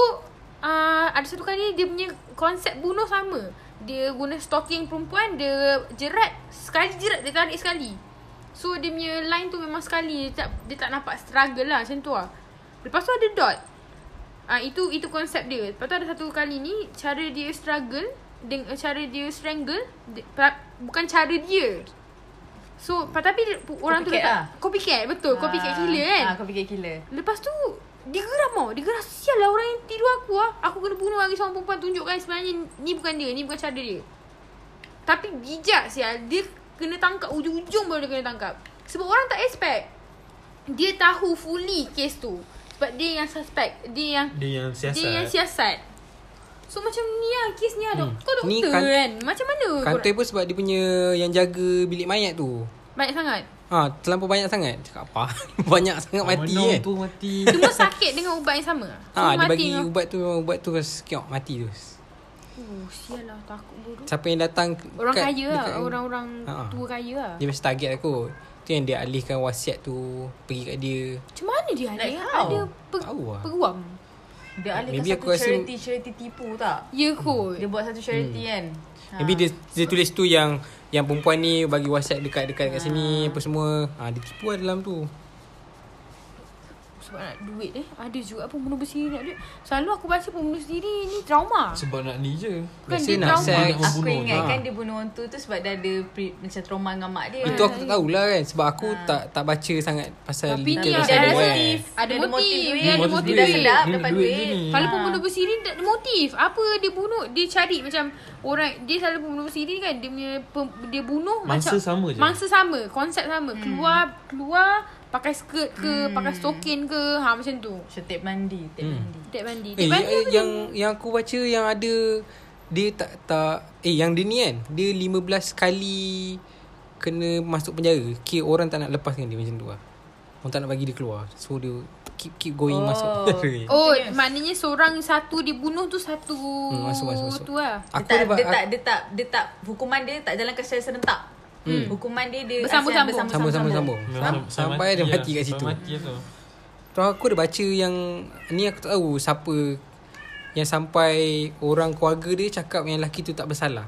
uh, Ada satu kali Dia punya Konsep bunuh sama Dia guna stalking perempuan Dia jerat Sekali jerat Dia tarik sekali So dia punya line tu Memang sekali Dia tak, dia tak nampak struggle lah Macam tu lah Lepas tu ada dot Ah itu itu konsep dia. Lepas tu ada satu kali ni cara dia struggle dengan cara dia strangle di- pra- bukan cara dia. So pa- tapi dia- pu- orang tu
Copycat
letak
lah.
copycat betul
Ah.
copycat killer kan.
Ah, Kau fikir killer
Lepas tu dia geram tau. Dia geram sial lah orang yang tidur aku ah. Aku kena bunuh lagi seorang perempuan tunjukkan sebenarnya ni bukan dia, ni bukan cara dia. Tapi bijak sial. Dia kena tangkap ujung-ujung baru dia kena tangkap. Sebab orang tak expect. Dia tahu fully kes tu. Sebab dia yang suspect. Dia yang
Dia yang siasat. eh.
dia yang siasat. So macam ni lah kes ni lah. Hmm.
Hmm.
Kau doktor
Ni
kan,
kan-
Macam mana?
Kantoi pun sebab dia punya Yang jaga bilik mayat tu
korang- Banyak sangat.
Ha, terlampau banyak sangat Cakap apa *laughs* Banyak sangat
Mana
mati kan
orang tua mati.
Semua sakit dengan ubat yang sama.
Ha,
Semua
dia bagi
dengan-
ubat tu memang ubat tu Kiok mati terus
Oh, sial lah takut bodoh.
Siapa yang datang
Orang
dekat-
kaya lah.
dekat-
Orang-orang
Ha.
tua kaya lah.
Dia mesti target aku Tu yang dia alihkan wasiat tu Pergi kat dia
Macam mana dia ada?
Like
Like
how?
ada pe-
Tahu lah.
peguam.
Dia alihkan
Maybe
satu
aku rasa-
charity Charity tipu tak
Ya kot.
Dia buat satu charity kan
ha. Maybe dia, dia tulis tu yang Yang perempuan ni Bagi wasiat dekat Dekat
Ha.
dekat sini Apa semua ha, Dia tipu lah dalam tu
Sebab nak duit eh. Ada juga pembunuh bersiri nak duit. Selalu aku baca pembunuh sendiri ni trauma.
Sebab nak ni je.
Bukan Kan
Biasa
dia
nak
trauma.
sex
Nak
Aku
membunuh.
ingat
Ha.
kan dia bunuh orang tu tu sebab dia ada pre, macam trauma dengan mak dia
Itu aku tak tahulah kan Sebab aku tak tak baca sangat Pasal
Ha. Tapi ni
detail
ada
pasal dia kan.
motif. Ada
Dia ada
motif.
motif
Dia ada
duit.
motif. Hmm.
Dia dah sedap
Dia
dapat
duit
duit,
dia ni.
Kalau pembunuh bersiri tak ada motif. Apa dia bunuh? Dia cari macam orang dia selalu pembunuh bersiri kan dia punya pem, dia bunuh
Mangsa
macam
sama je.
Mangsa sama, Hmm. konsep sama. Keluar keluar pakai skirt ke, pakai stokin ke, ha macam tu.
Macam tip mandi Tip mandi
Tek mandi. Tek
Eh,
mandi
yang, yang yang aku baca yang ada dia tak tak eh yang dia ni kan dia 15 kali kena masuk penjara. Kira orang tak nak lepaskan dia macam tu lah. Orang tak nak bagi dia keluar. So dia keep keep going oh. masuk penjara.
Oh, maknanya seorang satu dibunuh tu satu
Hmm, masuk, masuk, masuk.
tu lah.
Dia
Aku
tak,
dapat
dia tak, dia tak, dia tak, hukuman dia tak jalankan secara serentak. Hmm. Hukuman dia dia
Bersambung-sambung.
asal
sambung-sambung sambung.
Memang
Sam- Sampai dia
lah.
mati kat situ.
Sampai mati lah tu.
Tu aku ada baca yang ni aku tak tahu siapa yang sampai orang keluarga dia cakap yang lelaki tu tak bersalah.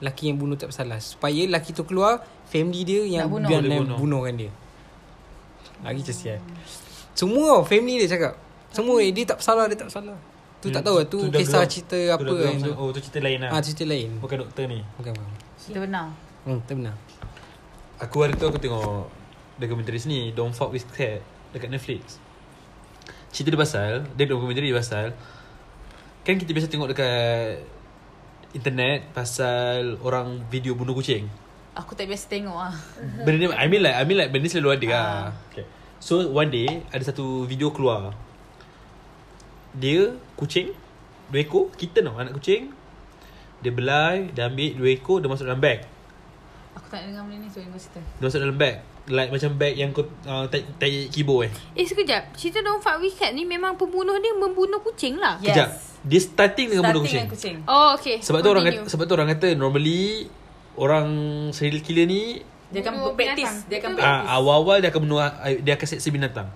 Lelaki yang bunuh tak bersalah. Supaya lelaki tu keluar, family dia yang
Nak bunuh.
yang
Boleh
yang
bunuh.
bunuhkan dia. Lagi macam sial Semua tau, family dia cakap Semua eh, dia tak salah Dia tak salah Tu tak tahu lah Tu
Hmm. dah
kisah
gelap.
cerita
Tu dah
apa
gelap
yang tu
sangat. Oh tu cerita lain lah
Ah cerita lain
Bukan doktor ni
Bukan bukan
Kita benar.
Hmm tak benar
Aku hari tu aku tengok Dokumentari ni Don't Fuck With Cat Dekat Netflix Cerita dia pasal Dia dokumentari dia pasal Kan kita biasa tengok dekat Internet Pasal Orang video bunuh kucing
Aku tak biasa tengok ah.
Mm-hmm. Benda ni I mean like I mean like Benda ni selalu ada lah okay. So one day Ada satu video keluar Dia Kucing Dua ekor Kitten tau Anak kucing Dia belai Dia ambil dua ekor Dia masuk dalam bag
Aku tak dengar benda ni so kau cerita.
Dia masuk dalam bag Like macam bag yang kau uh, Tarik tarik keyboard eh
Eh sekejap Cerita Don't Fuck With Cat ni Memang pembunuh dia Membunuh kucing lah
Yes.
Kejap Dia starting dengan bunuh
Starting
kucing
dengan kucing.
Oh okay
Ya. Sebab tu orang kata, sebab tu orang kata Normally Orang serial killer ni
Dia akan
Bunuh
berpraktis.
binatang.
Dia akan
Betul.
practice.
uh, Awal-awal dia akan benua, Dia akan seksa binatang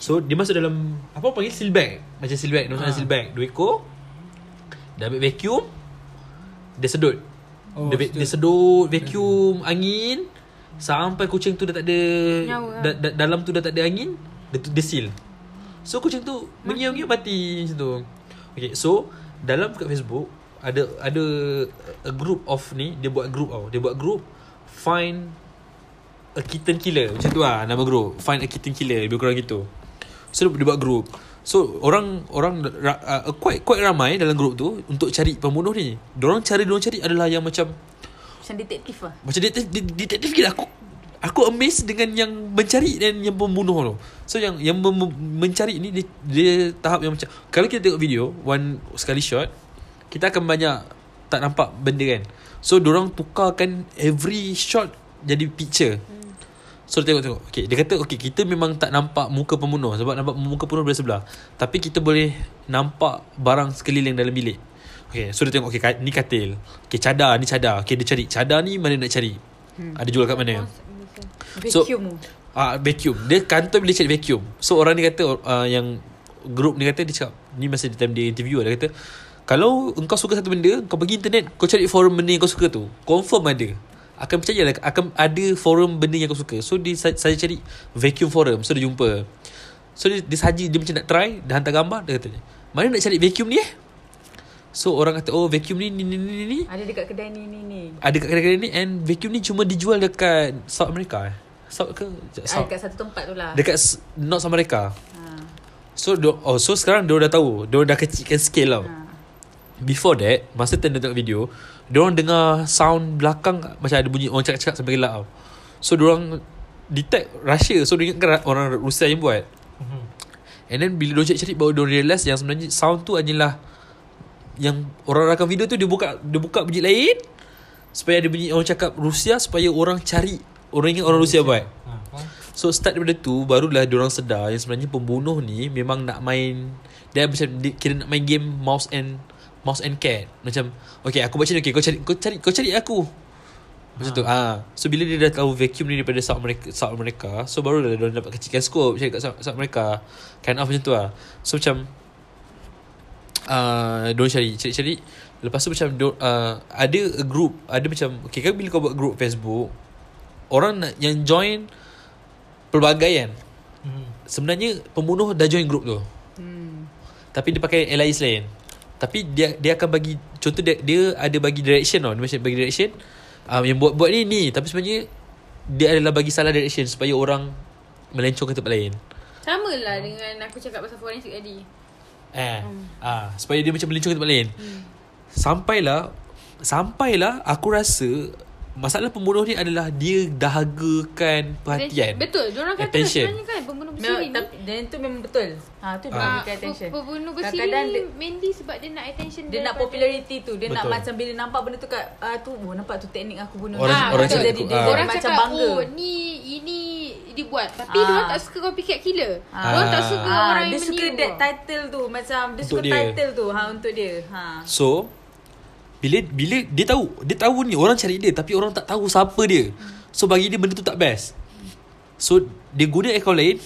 So dia masuk dalam Apa orang panggil seal bag Macam seal bag Dia masuk dalam seal bag Dua ekor Dia ambil vacuum Dia sedut
Oh,
oh, dia, sedut. Hmm. dia sedut Vacuum Angin Sampai kucing tu dah tak ada
Nyawa lah.
da, da, Dalam tu dah tak ada angin Dia, tu- dia seal So kucing tu Mengiam-ngiam mati Macam tu Okay so Dalam kat Facebook Ada Ada A group of ni Dia buat group tau Dia buat group Find A kitten killer Macam tu lah Nama group Find a kitten killer Lebih kurang gitu So dia buat group So orang Orang ra- uh, Quite quite ramai Dalam group tu Untuk cari pembunuh ni Diorang cari Diorang cari adalah yang macam
Macam detektif lah.
Macam detektif de- Detektif gila Aku Aku amazed dengan yang mencari dan yang pembunuh tu. So yang yang mem- mem- mencari ni dia, dia tahap yang macam kalau kita tengok video one sekali shot kita akan banyak tak nampak benda kan. So orang tukarkan every shot jadi picture. So dia tengok-tengok okay, Dia kata okay, Kita memang tak nampak Muka pembunuh Sebab nampak muka pembunuh dari sebelah Tapi kita boleh Nampak Barang sekeliling dalam bilik Okay So dia tengok okay, ka- Ni katil Okay cadar Ni cadar Okay dia cari Cadar ni mana nak cari hmm. Ada jual kat mana So-
Vacuum.
Ah uh, vacuum. Dia kantor bila cari vacuum. So orang ni kata uh, yang group ni kata dia cakap ni masa di time dia interview dia kata kalau engkau suka satu benda kau pergi internet kau cari forum benda yang kau suka tu. Confirm ada. Akan percaya lah akan ada forum benda yang kau suka. So dia sa- saya cari vacuum forum. So dia jumpa. So dia, dia saja dia macam nak try Dia hantar gambar Dia kata Mana nak cari vacuum ni eh So orang kata Oh vacuum ni ni ni ni, ni ni
Ada dekat kedai ni ni ni.
Ada kat kedai-kedai ni And vacuum ni cuma dijual dekat South America eh South ke Sekejap,
Ah,
South
dekat satu tempat tu lah.
Dekat s- North America
Ha.
So do, oh, So sekarang dia dah tahu Dia dah kecilkan scale tau
Ha.
Before that Masa time dia tengok video Dia orang dengar Sound belakang Macam ada bunyi Orang cakap-cakap sampai gelap tau So dia orang Detect Russia So dia ingatkan ra- Orang Rusia yang buat And then bila dia cari Baru dia realise Yang sebenarnya Sound tu hanyalah Yang orang rakam video tu Dia buka Dia buka bunyi lain Supaya ada bunyi Orang cakap Rusia Supaya orang cari Orang ingat orang Rusia buat
Ah, faham?
So start daripada tu Barulah diorang sedar Yang sebenarnya pembunuh ni Memang nak main Dia macam dia Kira nak main game Mouse and Mouse and cat Macam Okay aku buat macam ni Okay kau cari Kau cari, kau cari aku Macam tu ah. So bila dia dah tahu Vacuum ni daripada South America, South America So barulah diorang dapat kecilkan scope Cari kat South, South America Kind of macam tu lah So macam uh, Diorang cari Cari-cari Lepas tu macam dior- uh, Ada a group Ada macam Okay kan bila kau buat group Facebook Orang nak, yang join Pelbagai kan Sebenarnya Pembunuh dah join group tu Tapi dia pakai allies lain Tapi dia dia akan bagi Contoh dia, dia ada bagi direction tau Dia macam bagi direction um, Yang buat-buat ni ni Tapi sebenarnya Dia adalah bagi salah direction Supaya orang Melencong ke tempat lain
Sama lah dengan aku cakap pasal forensik tadi.
Eh, ah, supaya dia macam melencong ke tempat lain. Sampailah sampailah aku rasa masalah pembunuh ni adalah dia dahagakan perhatian.
Betul, diorang kata
Attention. Ah.
sebenarnya kan pembunuh
Memang,
bersiri ni.
tapi, dan tu memang betul. Ha tu dia
Ah,
berikan attention.
pe- Pembunuh bersiri
Kadang-kadang
ni
dia-
mainly sebab dia nak attention
Dia nak
daripada-
popularity tu. Dia nak
Betul.
macam bila nampak benda tu kat ah tu oh nampak tu teknik aku bunuh.
Orang-
Ah,
orang
tu
cakap
jadi
tu,
dia
ah.
jadi
Orang
macam
cakap
bangga.
Oh ni Ini dibuat Tapi
Ah.
ah. diorang tak suka copycat killer
Ah.
ah. Diorang tak suka ah. orang
Ah,
yang
dia
meniru
suka that
tau.
title tu macam dia
Untuk
suka
dia.
title tu ha untuk dia. Ha.
So bila bila dia tahu dia tahu ni orang cari dia tapi orang tak tahu siapa dia. So bagi dia benda tu tak best. So dia guna akaun lain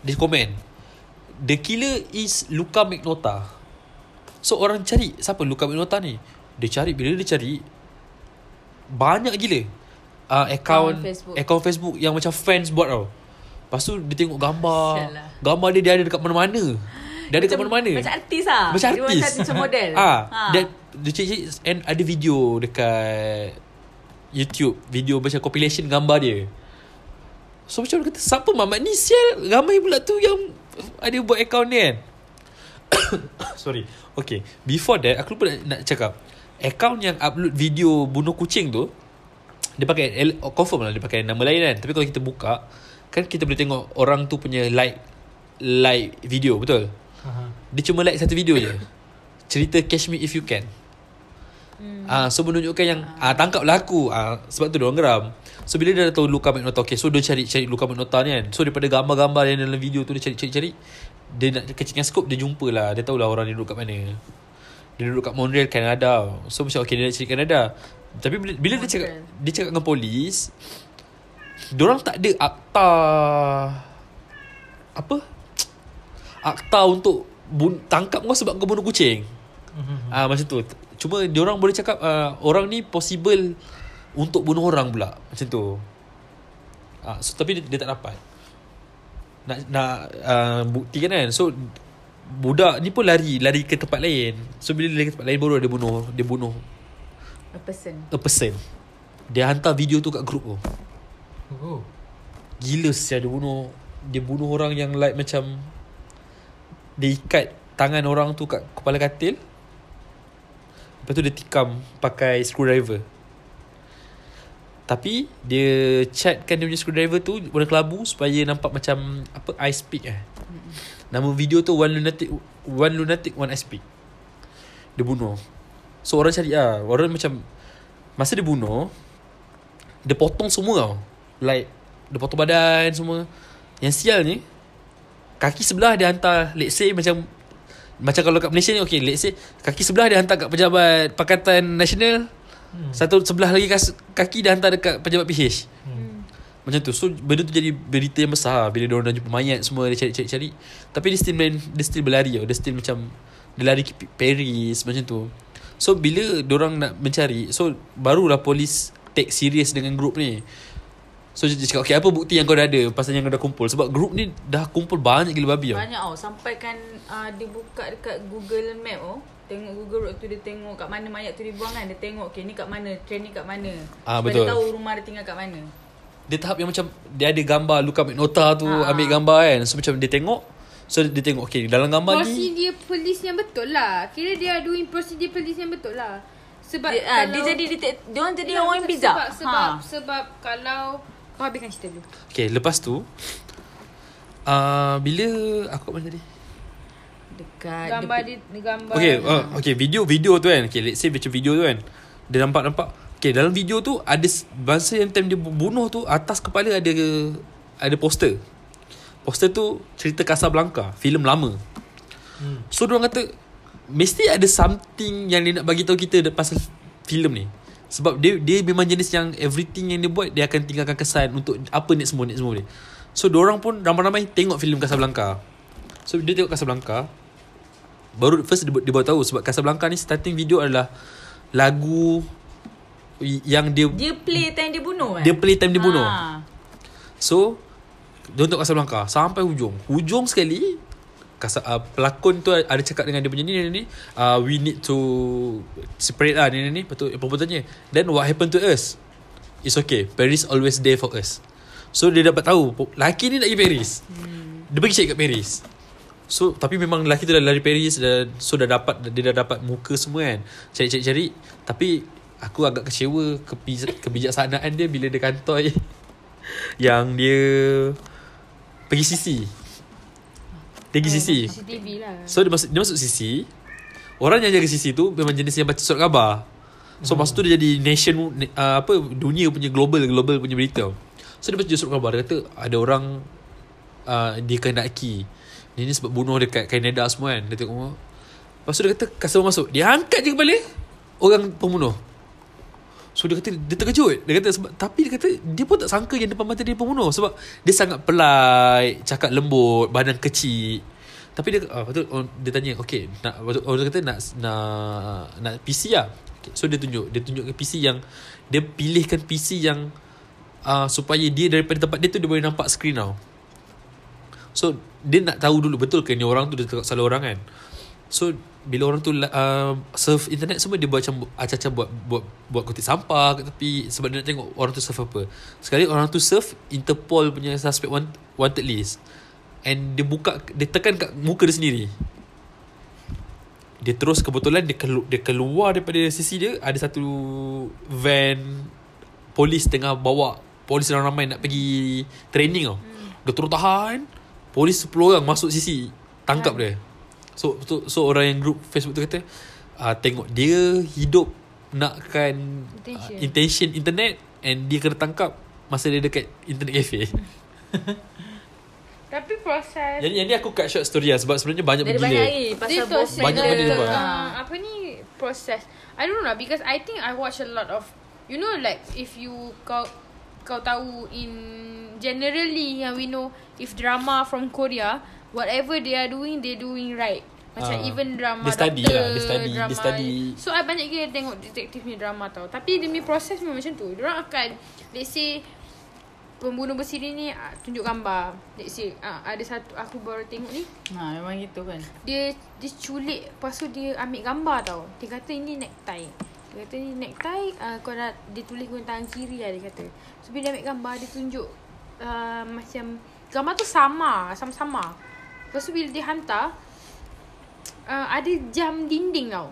dia komen the killer is Luca Magnota. So orang cari siapa Luca Magnota ni? Dia cari bila dia cari banyak gila Ah, uh, account
Account Facebook.
account Facebook yang macam fans buat tau. Lepas tu dia tengok gambar
Sialah.
Gambar dia dia ada dekat mana-mana Dia ada dekat mana-mana
Macam artis lah
Macam
Dia
artis
Macam, macam model
*laughs* ah, ha. Dia, dia cik-cik And ada video dekat YouTube Video macam compilation gambar dia So macam orang kata Siapa mamat ni sial Ramai pula tu yang Ada buat account ni kan *coughs* Sorry Okay Before that Aku lupa nak, nak cakap Account yang upload video Bunuh kucing tu Dia pakai el- oh, Confirm lah Dia pakai nama lain kan Tapi kalau kita buka Kan kita boleh tengok Orang tu punya like Like video Betul Dia cuma like satu video je Cerita Catch Me If You Can Ah, so menunjukkan yang ah, tangkap lah aku ah, Sebab tu diorang geram So bila dia dah tahu Luka Magnota Okay so dia cari cari Luka Magnota ni kan So daripada gambar-gambar yang dalam video tu Dia cari cari cari Dia nak kecilkan skop Dia jumpa lah Dia tahulah orang dia duduk kat mana Dia duduk kat Montreal Canada So macam okay dia nak cari Canada Tapi bila, bila dia cakap Dia cakap dengan polis Diorang tak ada akta Apa Akta untuk bun, Tangkap kau sebab kau bunuh kucing Ah Macam tu Cuma diorang boleh cakap uh, Orang ni possible Untuk bunuh orang pula Macam tu ah, so, Tapi dia, dia tak dapat Nak, nak uh, buktikan kan So Budak ni pun lari Lari ke tempat lain So bila dia lari ke tempat lain Baru dia bunuh Dia bunuh
A person.
A person Dia hantar video tu kat grup tu
Oh.
Gila sial dia bunuh Dia bunuh orang yang like macam Dia ikat tangan orang tu kat kepala katil Lepas tu dia tikam pakai screwdriver Tapi dia catkan dia punya screwdriver tu warna kelabu Supaya nampak macam apa Ice Peak eh Nama video tu One Lunatic One Lunatic One Ice Peak Dia bunuh So orang cari lah Orang macam Masa dia bunuh Dia potong semua tau Like Dia potong badan semua Yang sial ni Kaki sebelah dia hantar Let's say macam Macam kalau kat Malaysia ni Okay let's say Kaki sebelah dia hantar kat pejabat Pakatan Nasional hmm. Satu sebelah lagi kas, Kaki dia hantar dekat pejabat PH hmm. Macam tu So benda tu jadi Berita yang besar lah. Bila dia orang dah jumpa mayat Semua dia cari-cari-cari Tapi dia still main Dia still berlari tau Dia still macam Dia lari ke Paris Macam tu So bila orang nak mencari So barulah polis Take serious dengan group ni So dia cakap Okay apa bukti yang kau dah ada Pasal yang kau dah kumpul Sebab group ni Dah kumpul banyak gila babi tau
Banyak tau. Sampai kan uh, dia buka dekat Google Map oh. Tengok Google Road tu dia tengok kat mana mayat tu dibuang kan. Dia tengok okay ni kat mana, train ni kat mana.
Ah,
Sebab
betul.
Dia tahu rumah dia tinggal kat mana.
Dia tahap yang macam Dia ada gambar Luka Magnota tu ha. Ambil gambar kan So macam dia tengok So dia tengok Okay dalam gambar ni
Prosedur polis yang betul lah. Kira dia doing prosedur polis yang betul lah. Sebab
Dia, ah, dia jadi detek, dia orang jadi
Ya,
orang yang Ha.
betul.
bijak.
Sebab, sebab, sebab kalau kau habiskan cerita dulu.
Okay lepas tu uh, Bila Aku apa tadi
Dekat
Gambar dia, gambar.
Ah, Okay, uh, okay video video tu kan. Okay, let's say macam video tu kan. Dia nampak nampak. Okay, dalam video tu ada s- masa yang time dia bu- bunuh tu atas kepala ada ada poster. Poster tu cerita Casablanca, filem lama. Hmm. So dia kata mesti ada something yang dia nak bagi tahu kita de- pasal filem ni. Sebab dia dia memang jenis yang everything yang dia buat dia akan tinggalkan kesan untuk apa next move next move dia. So orang pun ramai-ramai tengok filem Casablanca. So dia tengok Casablanca Baru first dia, dia baru tahu Sebab Casablanca ni starting video adalah Lagu y- Yang dia
dia play time dia bunuh kan.
Dia play time dia bunuh
Ah.
So Dia untuk Casablanca Sampai hujung Hujung sekali Kasa, uh, pelakon tu ada cakap dengan dia punya ni, ni, ni uh, We need to separate lah ni, ni, ni. Lepas tu perempuan tanya Then what happened to us? It's okay Paris always there for us So dia dapat tahu po- Laki ni nak pergi Paris hmm. Dia pergi check kat Paris So tapi memang lelaki tu dah lari Paris dah, So dah dapat Dia dah dapat muka semua kan Cari-cari-cari Tapi Aku agak kecewa kebija- Kebijaksanaan dia Bila dia kantoi *laughs* Yang dia Pergi CC Dia pergi CC
CCTV lah.
So dia masuk, dia masuk CC Orang yang jaga CC tu Memang jenis yang baca surat khabar So hmm. masa tu dia jadi nation uh, Apa Dunia punya global Global punya berita So dia baca surat khabar Dia kata ada orang uh, Dikehendaki Dia ni sebab bunuh dekat Kanada semua kan Dia tengok Lepas tu dia kata Customer masuk Dia angkat je kepala Orang pembunuh So dia kata Dia terkejut Dia kata sebab Tapi dia kata Dia pun tak sangka Yang depan mata dia pembunuh Sebab dia sangat polite Cakap lembut Badan kecil Tapi dia ah, lepas tu, orang, Dia tanya Okay nak, lepas tu Orang kata nak Nak nak PC lah okay, So dia tunjuk Dia tunjuk ke PC yang ah, Dia pilihkan PC yang uh, Supaya dia daripada tempat dia tu Dia boleh nampak screen tau So dia nak tahu dulu betul ke ni orang tu dia tengok salah orang kan. So bila orang tu uh, surf internet semua dia buat macam acah-acah buat buat buat kutip sampah kat tepi sebab dia nak tengok orang tu surf apa. Sekali orang tu surf Interpol punya suspect want, wanted list. And dia buka dia tekan kat muka dia sendiri. Dia terus kebetulan dia, kelu, dia keluar daripada sisi dia ada satu van polis tengah bawa polis ramai-ramai nak pergi training tau. Hmm. Dia terus tahan. Polis 10 orang masuk sisi tangkap dia. So, so so orang yang group Facebook tu kata uh, tengok dia hidup nakkan intention. Uh, intention internet and dia kena tangkap masa dia dekat internet cafe.
Tapi proses
yang, yang ni aku cut short story lah sebab sebenarnya banyak
Dari
gila.
banyak hari Pasal
This was
bos
Banyak benda dia
uh,
buat.
Ah.
Apa ni Proses I don't know lah Because I think I watch a lot of You know like If you Kau Kau tahu in Generally Yang we know If drama from Korea Whatever they are doing They doing right Macam
Ah.
even drama
Dia study
doktor,
lah, dia study, dia
drama,
study.
So I banyak gila tengok Detektif ni drama tau Tapi demi proses memang macam tu Diorang akan Let's say Pembunuh bersiri ni ah, Tunjuk gambar Let's say ah, Ada satu Aku baru tengok ni
ha, Memang gitu kan
dia dia culik lepas tu dia ambil gambar tau. Dia kata ini necktie. Dia kata ni necktie uh, kau nak dia tulis guna tangan kiri lah dia kata. So bila dia ambil gambar dia tunjuk uh, macam gambar tu sama, sama-sama. Lepas tu bila dia hantar uh, ada jam dinding tau.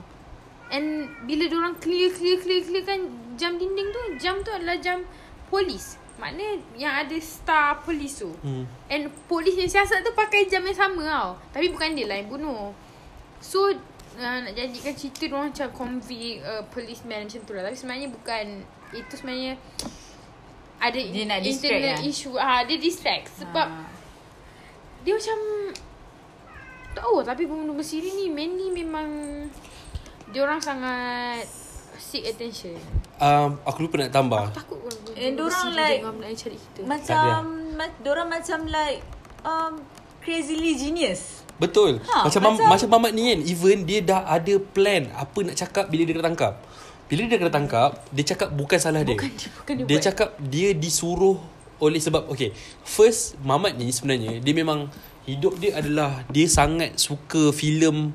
And bila orang clear clear clear clear kan jam dinding tu, jam tu adalah jam polis. Maknanya yang ada star polis tu. Hmm. And polis yang siasat tu pakai jam yang sama tau. Tapi bukan dia lah yang bunuh. So uh, nak jadikan cerita orang macam convict uh, policeman macam tu lah. Tapi sebenarnya bukan itu sebenarnya ada
Dia nak distract
internal
lah.
issue. Ah, dia distract sebab
Ha.
dia macam tak tahu tapi pembunuh bersiri ni mainly memang dia orang sangat seek attention.
Um, aku lupa nak tambah.
Takut orang pembunuh
And dorang
bersiri
like-
jangan nak cari kita.
Macam ma- Diorang macam like um, Crazily genius
Betul.
Ha,
Ha, macam macam,
macam-
macam Mamat ni kan, even dia dah ada plan apa nak cakap bila dia kena tangkap. Bila dia kena tangkap, dia cakap bukan salah dia. Bukan dia, bukan dia, dia cakap dia disuruh oleh sebab okay. First Mamat ni sebenarnya dia memang hidup dia adalah dia sangat suka filem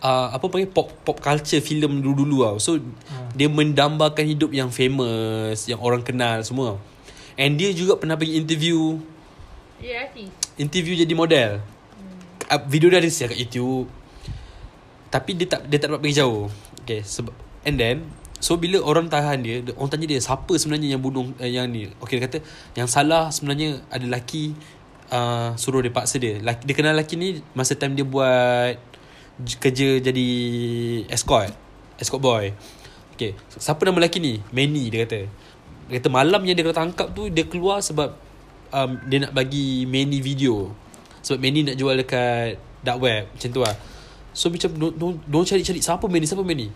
uh, apa panggil pop pop culture filem dulu-dulu tau. So dia mendambakan hidup yang famous, yang orang kenal semua. tau. And dia juga pernah pergi interview
Ya, yeah,
interview jadi model. Hmm. Video dia ada siap kat YouTube. Tapi dia tak dia tak dapat pergi jauh. Okay, sebab and then so bila orang tahan dia, dia- orang tanya dia siapa sebenarnya yang bunuh uh, yang ni. Okay, dia kata yang salah sebenarnya ada laki uh, suruh dia paksa dia. Laki, dia kenal laki ni masa time dia buat j- kerja jadi escort, escort boy. Okay, siapa nama laki ni? Manny dia kata. Dia kata malam yang dia kena tangkap tu dia keluar sebab um, dia nak bagi Manny video sebab Manny nak jual dekat dark web macam tu lah so macam don't, don't, don't cari-cari siapa Manny siapa Manny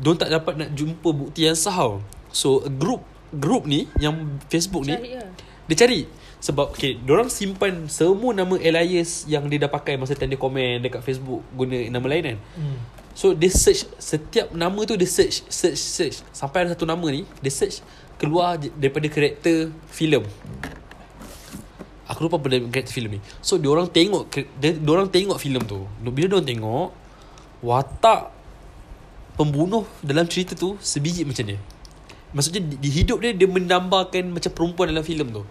don't tak dapat nak jumpa bukti yang sah tau. so a group group ni yang Facebook ni
Cari lah.
dia cari sebab okay, orang simpan semua nama alias yang dia dah pakai masa time dia komen dekat Facebook guna nama lain kan. Hmm. So dia search setiap nama tu dia search search search sampai ada satu nama ni dia search keluar j- daripada karakter filem. Aku lupa pada karakter filem ni. So diorang tengok kar- dia diorang tengok filem tu. Bila diorang tengok watak pembunuh dalam cerita tu sebiji macam dia. Maksudnya di, di hidup dia dia mendambakan macam perempuan dalam filem tu.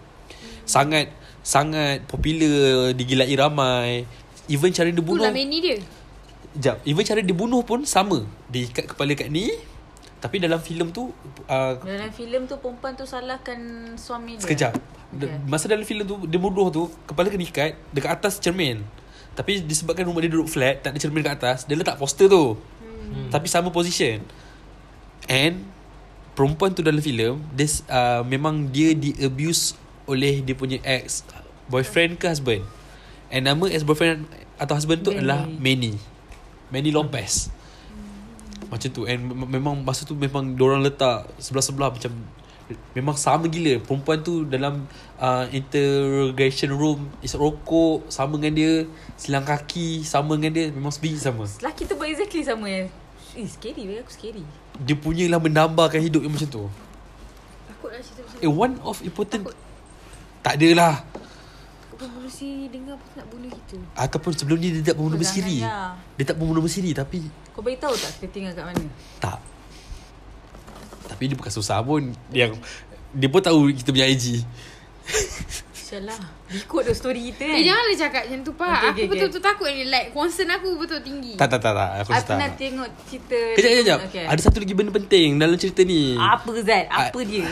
Sangat sangat popular, digilai ramai. Even cara dia bunuh.
Itulah menu lah dia.
Sekejap Even cara dia bunuh pun sama Dia ikat kepala kat ni Tapi dalam filem tu uh,
Dalam filem tu Perempuan tu salahkan Suami dia
Sekejap
Okay.
okay. Masa dalam filem tu Dia bunuh tu Kepala kena ikat Dekat atas cermin Tapi disebabkan rumah dia duduk flat Tak ada cermin dekat atas Dia letak poster tu hmm. Tapi sama position And Perempuan tu dalam filem Dia s- uh, Memang dia di abuse Oleh dia punya ex Boyfriend ke husband And nama ex boyfriend Atau husband tu adalah Manny Manny Lopez macam tu And mem- memang Masa tu memang Diorang letak Sebelah-sebelah macam Memang sama gila Perempuan tu dalam uh, Interrogation room Isap rokok Sama dengan dia Silang kaki Sama dengan dia Memang sebiji sama
Lelaki tu buat exactly sama ya Eh scary Bagi aku scary
Dia punya lah Mendambakan hidup yang macam tu
Takut lah cerita macam
Eh one of important Tak adalah
takut pembunuh siri dengar pun nak bunuh kita.
Ataupun sebelum ni dia tak pembunuh bersiri.
Perangai
Dia tak pembunuh bersiri tapi
Kau beritahu tak kita tinggal kat mana?
tak. Tapi dia bukan susah pun yang dia pun tahu kita punya IG.
Sialah. Ikut tu story kita kan.
Eh, janganlah cakap macam tu, Pak. Okay,
Okay, okay,
aku
okay.
betul-betul takut ni. Like, concern aku betul tinggi.
Tak tak tak tak aku
Aku
tak.
nak tengok cerita
Kejap kejap kejap.
Okay.
Ada satu lagi benda penting dalam cerita ni.
Apa Zat? Apa
Ah.
dia?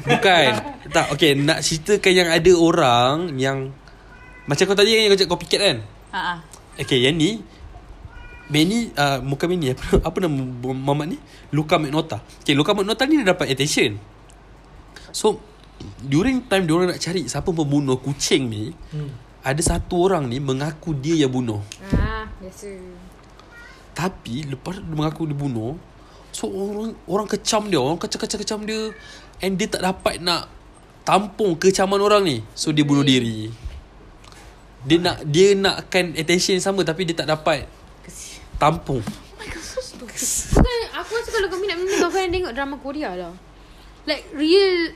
Bukan Tak okay Nak ceritakan yang ada orang Yang Macam kau tadi kan Yang kau cakap copycat kan
Ha ah.
Okay yang ni Manny uh, Muka Manny apa, *laughs* apa nama Mamat ni Luka Magnota Okay Luka Magnota ni Dia dapat attention So During time Diorang nak cari Siapa pembunuh kucing ni hmm. Ada satu orang ni Mengaku dia yang bunuh
Ah, biasa.
tapi lepas dia mengaku dia bunuh So orang orang kecam dia Orang kecam-kecam-kecam dia And dia tak dapat nak Tampung kecaman orang ni So dia bunuh diri Dia nak Dia nakkan attention yang sama Tapi dia tak dapat Tampung
Bukan, aku rasa kalau kau minat benda ni, kau kena tengok drama Korea lah. Like, real...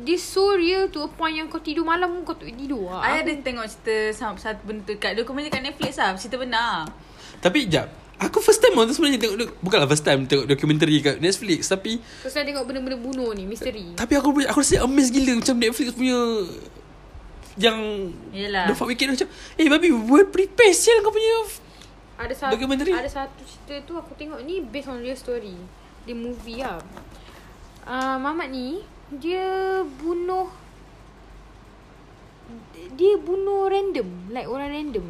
Dia so real to a point yang kau tidur malam pun kau tak boleh tidur lah.
Ayah ada tengok cerita sam- satu benda tu kat dokumen kat Netflix lah. Cerita benar.
Tapi jap Aku first time tu sebenarnya tengok dok- Bukanlah first time Tengok dokumentari kat Netflix Tapi
Terus nak tengok benda-benda bunuh ni, misteri.
Tapi aku boleh- aku rasa amazed gila Macam Netflix punya Yang
Yelah.
The Fat Wicked macam Eh babi Well prepared sial kau punya
Ada satu
Dokumentari?
Ada satu cerita tu aku tengok ni based on real story. Dia movie lah. Uh, Mamat ni dia bunuh dia bunuh random like orang random.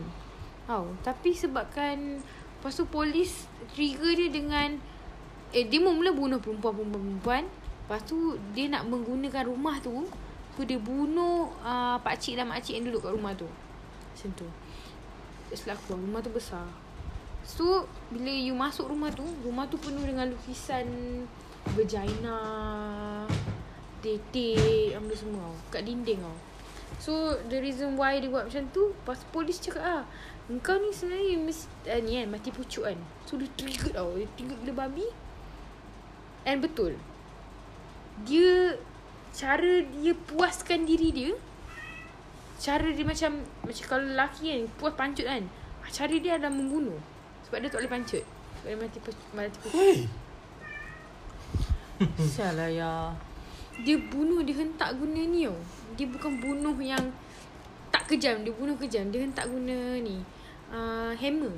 Tau, tapi sebabkan lepas tu polis trigger dia dengan eh dia mula bunuh perempuan-perempuan. Lepas tu dia nak menggunakan rumah tu So dia bunuh uh, pakcik dan makcik yang duduk kat rumah tu Macam tu Setelah aku keluar, rumah tu besar So bila you masuk rumah tu Rumah tu penuh dengan lukisan Vagina Tetik Ambil semua tau Kat dinding tau So the reason why dia buat macam tu Pas polis cakap ah Engkau ni sebenarnya mis, uh, ni kan mati pucuk kan So dia trigger tau Dia trigger gila babi And betul Dia Cara dia puaskan diri dia Cara dia macam Macam kalau lelaki kan Puas pancut kan Cara dia adalah membunuh Sebab dia tak boleh pancut Sebab dia mati, pe- mati pucuk
Sialah ya.
Dia bunuh Dia hentak guna ni tau Dia bukan bunuh yang Tak kejam Dia bunuh kejam Dia hentak guna ni uh, Hammer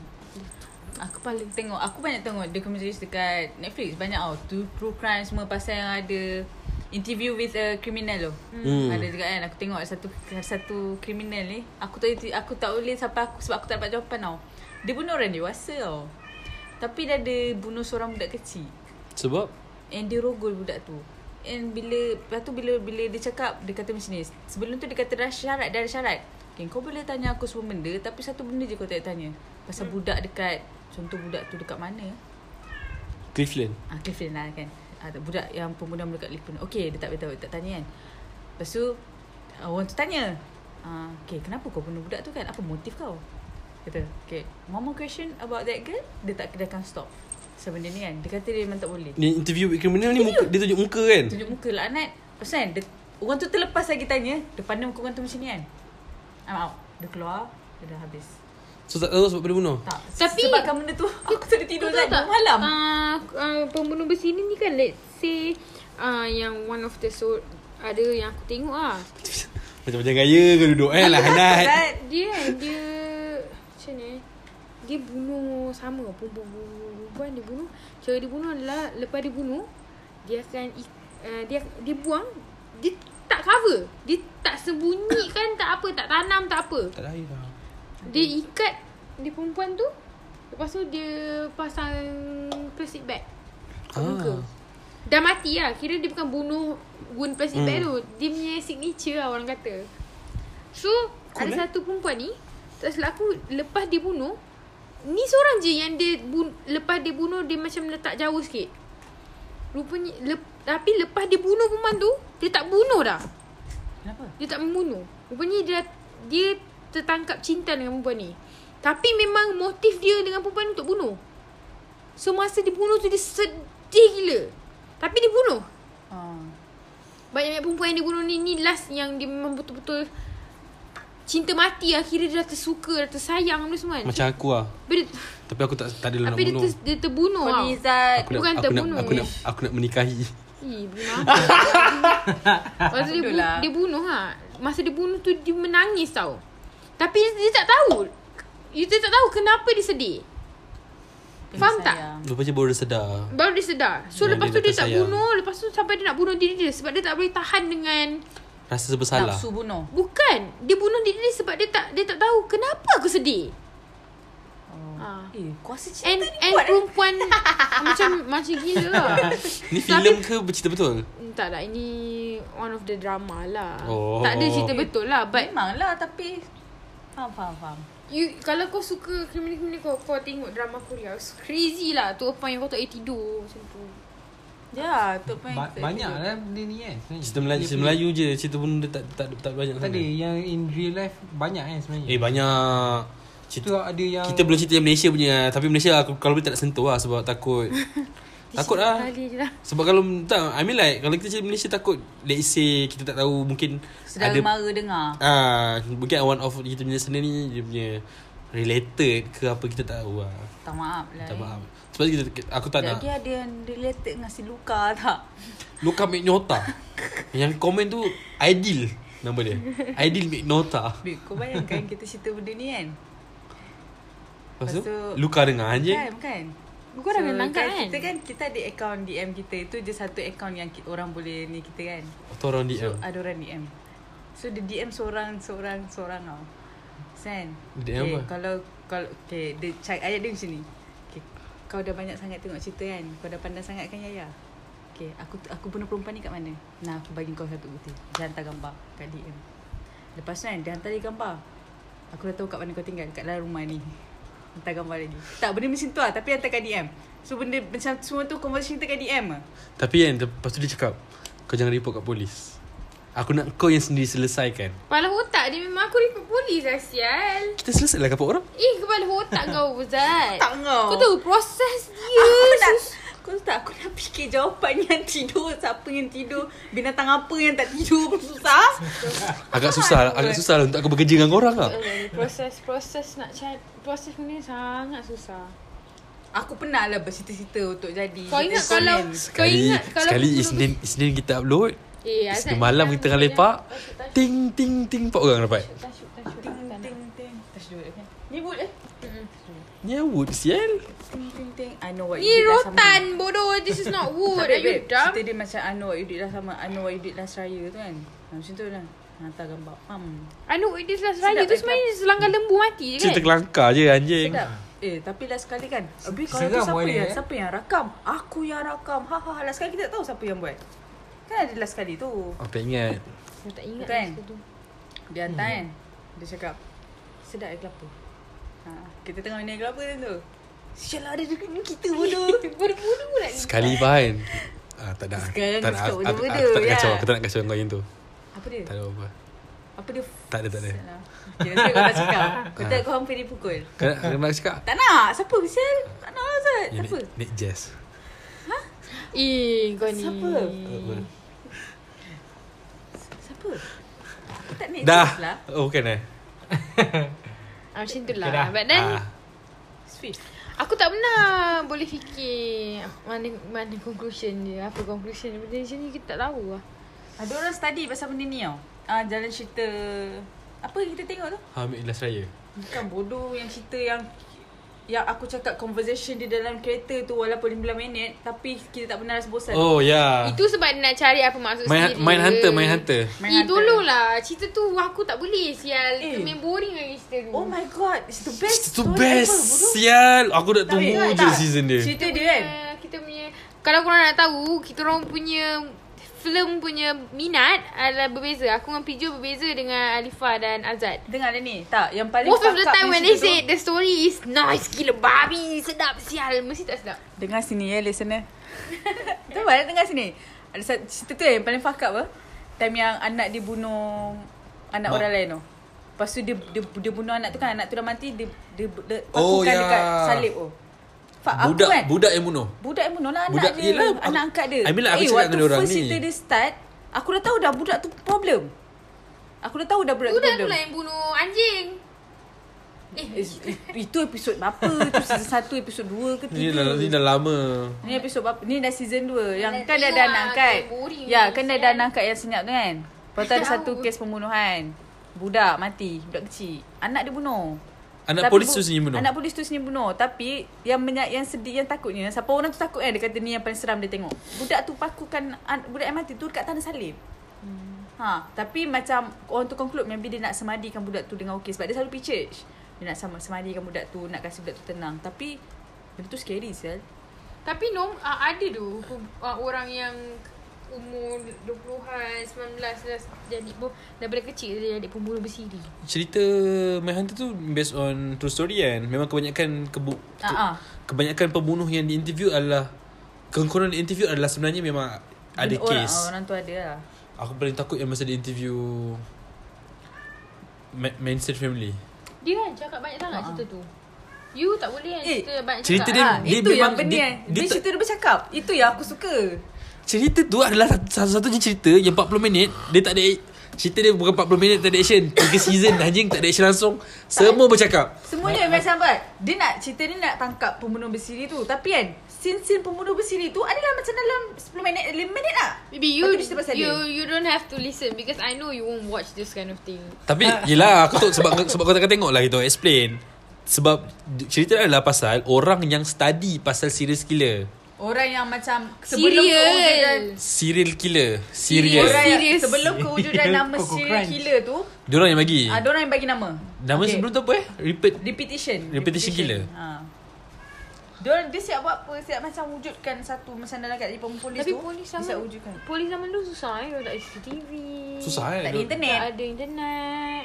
Aku paling tengok Aku banyak tengok Dokumentari dekat Netflix Banyak tau tu True crime semua Pasal yang ada Interview with a criminal tu
Hmm.
Ada juga kan Aku tengok satu Satu criminal ni Aku tak aku tak boleh Sampai aku Sebab aku tak dapat jawapan tau Dia bunuh orang dewasa tau Tapi dia ada Bunuh seorang budak kecil
Sebab
And dia rogol budak tu And bila Lepas tu bila Bila dia cakap Dia kata macam ni Sebelum tu dia kata Dah syarat Dah ada syarat okay, Kau boleh tanya aku semua benda Tapi satu benda je kau tak boleh tanya Pasal hmm. budak dekat Contoh budak tu dekat mana
Cleveland
ah, Clifton lah kan ah, tak- Budak yang pembunuh dekat Clifton Okay dia tak boleh tahu Tak tanya kan Lepas tu ah, Orang tu tanya ah, Okay kenapa kau bunuh budak tu kan Apa motif kau Kata Okay One more question about that girl Dia tak dia akan stop Sebab benda ni kan Dia kata dia memang tak boleh
Ni interview with criminal ni muka, Dia tunjuk muka kan
Tunjuk muka laknat Pasal kan dia, Orang tu terlepas lagi tanya Depan dia muka orang tu macam ni kan I'm out Dia keluar Dia dah habis
So tak tahu sebab dia bunuh
Tak
Tapi-
Sebabkan benda tu *laughs* Aku tak ada tidur
Kau
kan
tahu tak?
Malam uh,
Uh, uh, pembunuh bersiri ni kan let's say uh, yang one of the so ada yang aku tengok ah.
Macam-macam gaya kau duduk eh
*laughs*
lah Hanat
Dia kan dia macam ni eh, dia bunuh sama perempuan-perempuan dia bunuh. Cara dia bunuh adalah lepas dia bunuh dia akan i- uh, dia dia buang dia tak cover. Dia tak sembunyikan tak apa, tak tanam tak apa.
Tak lah. ada air dah
Dia ikat dia perempuan tu Lepas tu dia pasang plastic bag Kat
Ah.
muka Dah mati lah Kira dia bukan bunuh Guna plastic
Hmm.
bag tu Dia punya signature lah orang kata So cool, Ada
eh?
satu perempuan ni Tak silap aku Lepas dia bunuh Ni seorang je yang dia bun- Lepas dia bunuh Dia macam letak jauh sikit Rupanya lep- Tapi lepas dia bunuh perempuan tu Dia tak bunuh dah
Kenapa?
dia tak membunuh Rupanya dia Dia tertangkap cinta dengan perempuan ni Tapi memang motif dia dengan perempuan ni untuk bunuh So masa dia bunuh tu dia sedih gila Tapi dia bunuh
Uh,
Banyak-banyak perempuan yang dia bunuh ni Ni last yang dia memang betul-betul cinta mati akhirnya dia dah tersuka, dah tersayang benda semua kan.
Macam aku lah
Tapi dia,
Tapi aku tak tak adalah nak
tapi dia,
bunuh
ter, dia terbunuh tau.
Polizat
Aku nak,
bukan
aku nak,
terbunuh.
aku nak, aku nak menikahi
Ih, beri
*laughs*
makan. Lepas tu dia, bu-
Itulah.
dia bunuh ha. Masa dia bunuh tu dia menangis tau. Tapi dia, dia tak tahu. Kita tak tahu kenapa dia sedih. Faham tak?
Lepas tu baru dia sedar
Baru dia sedar. So
Dan
lepas tu
dia dah
dia tak
tersayang.
bunuh, lepas tu sampai dia nak bunuh diri dia sebab dia tak boleh tahan dengan
Rasa lah. sebesarlah
Nafsu bunuh.
bukan dia bunuh diri dia sebab dia tak dia tak tahu kenapa aku sedih. Ha.
Eh, kuasa cinta.
And and
*laughs*
perempulan macam macam gila lah.
Ni filem ke bercerita betul?
Hmm, Tak lah Ini one of the drama lah
Oh.
Tak ada cerita betul lah But
Memanglah tapi Faham faham faham
you, Kalau kau suka kriminal-kriminal kau, kau tengok drama Korea It's crazy lah Tu apa yang kau tak boleh tidur Macam tu
Ya tu pun
Ba-
banyak
lah benda ni kan Cerita Melayu, cerita Melayu je Cerita pun dia tak, tak, tak banyak Tak ada Yang in real life banyak kan sebenarnya Eh banyak Cerita ada yang Kita belum cerita yang Malaysia punya Tapi Malaysia aku kalau boleh tak nak sentuh lah Sebab
*laughs*
takut Takut lah
Kali je lah
Sebab kalau tak I mean like Kalau kita cerita Malaysia takut Let's say Kita tak tahu mungkin
Sedara
ada,
mara dengar.
Ah, Mungkin one of kita punya sendiri ni Dia punya Related ke apa kita tak tahu lah
Tak maaf lah.
Tak maaf Sebab kita, aku tak nak
Lagi ada yang related dengan si Luka tak?
Luka Mignota Yang komen tu Aidil Nama dia Aidil Mignota
Babe, kau
*laughs*
bayangkan kita cerita benda ni kan?
Lepas tu
Lepas tu- Kan?
Luka dengar
Bukan,
anjing
bukan.
Kau dah kena tangkap kan
Kita kan, kita ada akaun DM kita. Itu je satu akaun yang ki- orang boleh ni kita kan.
Atau orang eh. DM
So, ada orang DM. So, dia DM seorang, seorang, seorang tau. Sen.
Dia DM apa?
Kalau, kalau, okay, dia cak, ayat dia macam ni. Okay, kau dah banyak sangat tengok cerita kan? Kau dah pandai sangat kan, Yaya? Okay, aku aku bunuh perempuan ni kat mana? Nah, aku bagi kau satu bukti. Dia hantar gambar kat DM. Lepas tu kan, dia hantar dia gambar. Aku dah tahu kat mana kau tinggal. Kat dalam rumah ni. Hantar gambar lagi. Tak, benda macam tu lah. Tapi hantar kat DM. So, benda macam semua tu conversation kita kat DM lah.
Tapi kan Lepas tu dia cakap Kau jangan report kat polis Aku nak kau yang sendiri selesaikan
Kepala otak dia memang aku report polis lah sial
Kita selesai lah kapal orang
Eh kepala otak
*laughs*
kau Zat
Tak kau.
Kau tahu proses dia
Aku nak Kau tak aku nak fikir jawapan yang tidur Siapa yang tidur Binatang apa yang tak tidur pun susah
Agak susah lah Agak susah lah Untuk aku bekerja dengan korang lah
Eh, Proses-proses nak cari Proses benda ni sangat susah
Aku pernah lah bercerita-cerita untuk jadi
Kau ingat
Jason
kalau
Man.
Kau
Sekali
ingat kalau
Sekali Isnin Isnin kita upload
Eh,
Ya,
Azad,
Isnin
kan?
malam
jangan-
kita tengah
jangan-
lepak
Tasuk, tasuk,
Ting ting ting Empat orang dapat
tasuk, tasuk, tasuk. Tak nak.
Ting ting Tersedut kan Ni wood eh
Nyawut sial
Ting ting ting I know what you
Ni
did last summer
rotan bodoh This is not wood
Tak,
Are you
babe,
dumb?
Cerita dia macam I know what you did last summer I know what you did last raya tu kan ha, Macam tu lah Hantar gambar Pam
Anu it is last raya
Sedap,
tu
sedap.
sebenarnya selanggar lembu mati je kan?
Cerita kelangkar je anjing
Sedap Eh tapi last sekali kan Habis kalau
Seram
tu siapa
boleh,
yang
eh.
Siapa yang rakam Aku yang rakam Ha ha ha Last sekali kita tak tahu siapa yang buat Kan ada last sekali tu
Aku tak ingat
Aku tak ingat
Kan?
masa tu.
Dia hantar hmm. kan Dia cakap Sedap air kelapa ha, Kita tengah minum air kelapa tu tu Sial lah ada dekat ni kita bodoh
Bodoh-bodoh pula ni.
Sekali faham ah, Tak ada
Sekarang
tak
kau
nak,
suka
aku, aku,
bodoh-bodoh,
aku, tak nak
ya?
kacau Aku tak nak kacau dengan kau yang tu
*laughs* Apa dia?
Tak ada apa-apa
Apa dia?
Tak ada tak ada Ah.
Sial lah Okay, nanti kau tak cakap Kau tak kau hampir dipukul
Kau nak, kau nak cakap
Tak nak Siapa? Sial Tak nak Azad
Ya,
Siapa?
Nick, Nick Jazz
Eh, kau ni.
Siapa? Siapa? Aku tak nak
Dah
lah
Oh bukan eh
Ah, macam tu lah. But then,
ah,
Swift
aku tak pernah boleh fikir mana mana conclusion dia. Apa conclusion dia. Benda macam ni kita tak tahu lah.
Ada orang study pasal benda ni tau Ah Jalan cerita Apa yang kita tengok tu?
Hamid Ha, Ilas Raya
Bukan bodoh yang cerita yang yang aku cakap conversation di dalam kereta tu walaupun 15 minit tapi kita tak pernah rasa bosan.
Oh ya yeah.
Itu sebab nak cari apa maksud
Main,
sendiri.
main hunter Main hunter
Main
Eh,
hunter.
tolonglah. Cerita tu aku tak boleh. Sial.
Eh.
Eh. Main boring lagi cerita tu.
Oh my god, it's the best.
Itu
story
best
ever, bodoh.
Sial Aku nak tunggu
tak,
je
tak.
season dia
Cerita dia
punya-
kan.
Kita punya Kalau korang nak tahu Kita orang punya Film punya minat adalah berbeza Aku dengan Pijo berbeza dengan Alifa dan Azad
Dengar dah ni. Tak, yang paling
Most of the
fuck up
time
ni
when they
cerita
say the story is nice gila babi Sedap sial Mesti tak sedap
tu- dengar sini ya listener. *laughs* Cuba lah dengar sini. Ada satu cerita tu yang paling fuck up apa? Time yang anak dia bunuh anak
Mak.
orang lain tu. Lepas tu dia, dia, dia bunuh anak tu kan Anak tu dah mati Dia, dia, dia
Oh,
pakukan
ya.
dekat salib tu Fuck, aku
Budak
kan-
Budak yang bunuh
Budak yang bunuh lah anak
Budak-
dia.
yelah,
anak
aku-
angkat dia.
I mean lah, aku
eh,
cakap
waktu
dengan dia orang
first
ni.
cerita dia start, aku dah tahu dah budak tu problem. Aku dah tahu dah berat
Tu dah
problem.
tu lah yang bunuh anjing.
Eh, itu episod berapa? Itu
*laughs*
season 1, episod 2 ke 3?
Ni dah, ni dah lama
Ni episod berapa? Ni dah season 2. Yang
Dah
kan dah
tengok
dah
lah,
nak angkat.
okay, boring
Ya,
ni,
kan dah dah
kesian.
nak angkat yang senyap tu kan. Lepas tu ada satu kes pembunuhan. Budak mati, budak kecil. Anak dia bunuh.
Anak polis tu sendiri bunuh.
Anak polis tu sendiri bunuh. Tapi yang menya, yang sedih yang takutnya, siapa orang tu takut kan dia kata ni yang paling seram dia tengok. Budak tu pakukan an- budak yang mati tu dekat tanah salib. Ha, tapi macam orang tu conclude maybe dia nak semadikan budak tu dengan okey sebab dia selalu pergi church. Dia nak sama semadikan budak tu, nak kasi budak tu tenang. Tapi benda tu scary sel.
Tapi no, uh, ada tu uh, orang yang umur 20-an, 19 dah jadi pun daripada kecil dia jadi pembunuh bersiri.
Cerita Mindhunter tu Based on true story kan Memang kebanyakan kebu-
Ah, ah.
Kebanyakan pembunuh yang diinterview adalah Kengkonan interview adalah sebenarnya memang Ada
Benda orang,
kes
Orang tu ada lah.
Aku paling takut yang masa diinterview Ma- Manson family
Dia kan cakap banyak sangat uh-huh. cerita tu. You tak boleh kan
Ah. Eh,
cerita banyak
cerita
cakap.
dia-
Ah,
dia
itu yang
memang-
benda
dia-
yang
dia
dia,
tak-
cerita dia bercakap. Itu yang aku suka.
Cerita tu adalah satu- satu-satunya cerita Yang 40 minit Dia tak ada Cerita dia bukan 40 minit Tak ada action 3 season *laughs* anjing Tak ada action langsung Semua bercakap
Semuanya macam apa? Dia nak cerita ni nak tangkap pembunuh bersiri tu. Tapi kan, scene-scene pembunuh bersiri tu adalah macam dalam 10 minit, 5 minit lah.
Maybe
Lepas
you
tu dia cerita pasal
you
dia.
you don't have to listen because I know you won't watch this kind of thing.
Tapi yelah aku tahu sebab sebab kau takkan tengok lah kita explain. Sebab di- cerita dia adalah pasal orang yang study pasal serial killer.
Orang yang macam sebelum kewujudan
Serial.
Serial killer,
Orang
serial.
yang
Serious.
sebelum
*laughs*
kewujudan
Serial
nama
Coco
serial
Crunch.
killer tu,
Diorang yang bagi.
ada orang yang bagi nama.
Eh. Nama
Okay.
sebelum tu apa eh? Repeat.
repetition.
Repetition killer.
Ha. Dia dia siap buat apa? Siap macam wujudkan satu macam dalam kat depan polis
Tapi
tu.
polis
dia
sama
siap wujudkan.
Polis zaman dulu susah eh Kalau tak ada CCTV
Susah eh. Hmm.
Tak ada
Dor-
internet.
Tak ada internet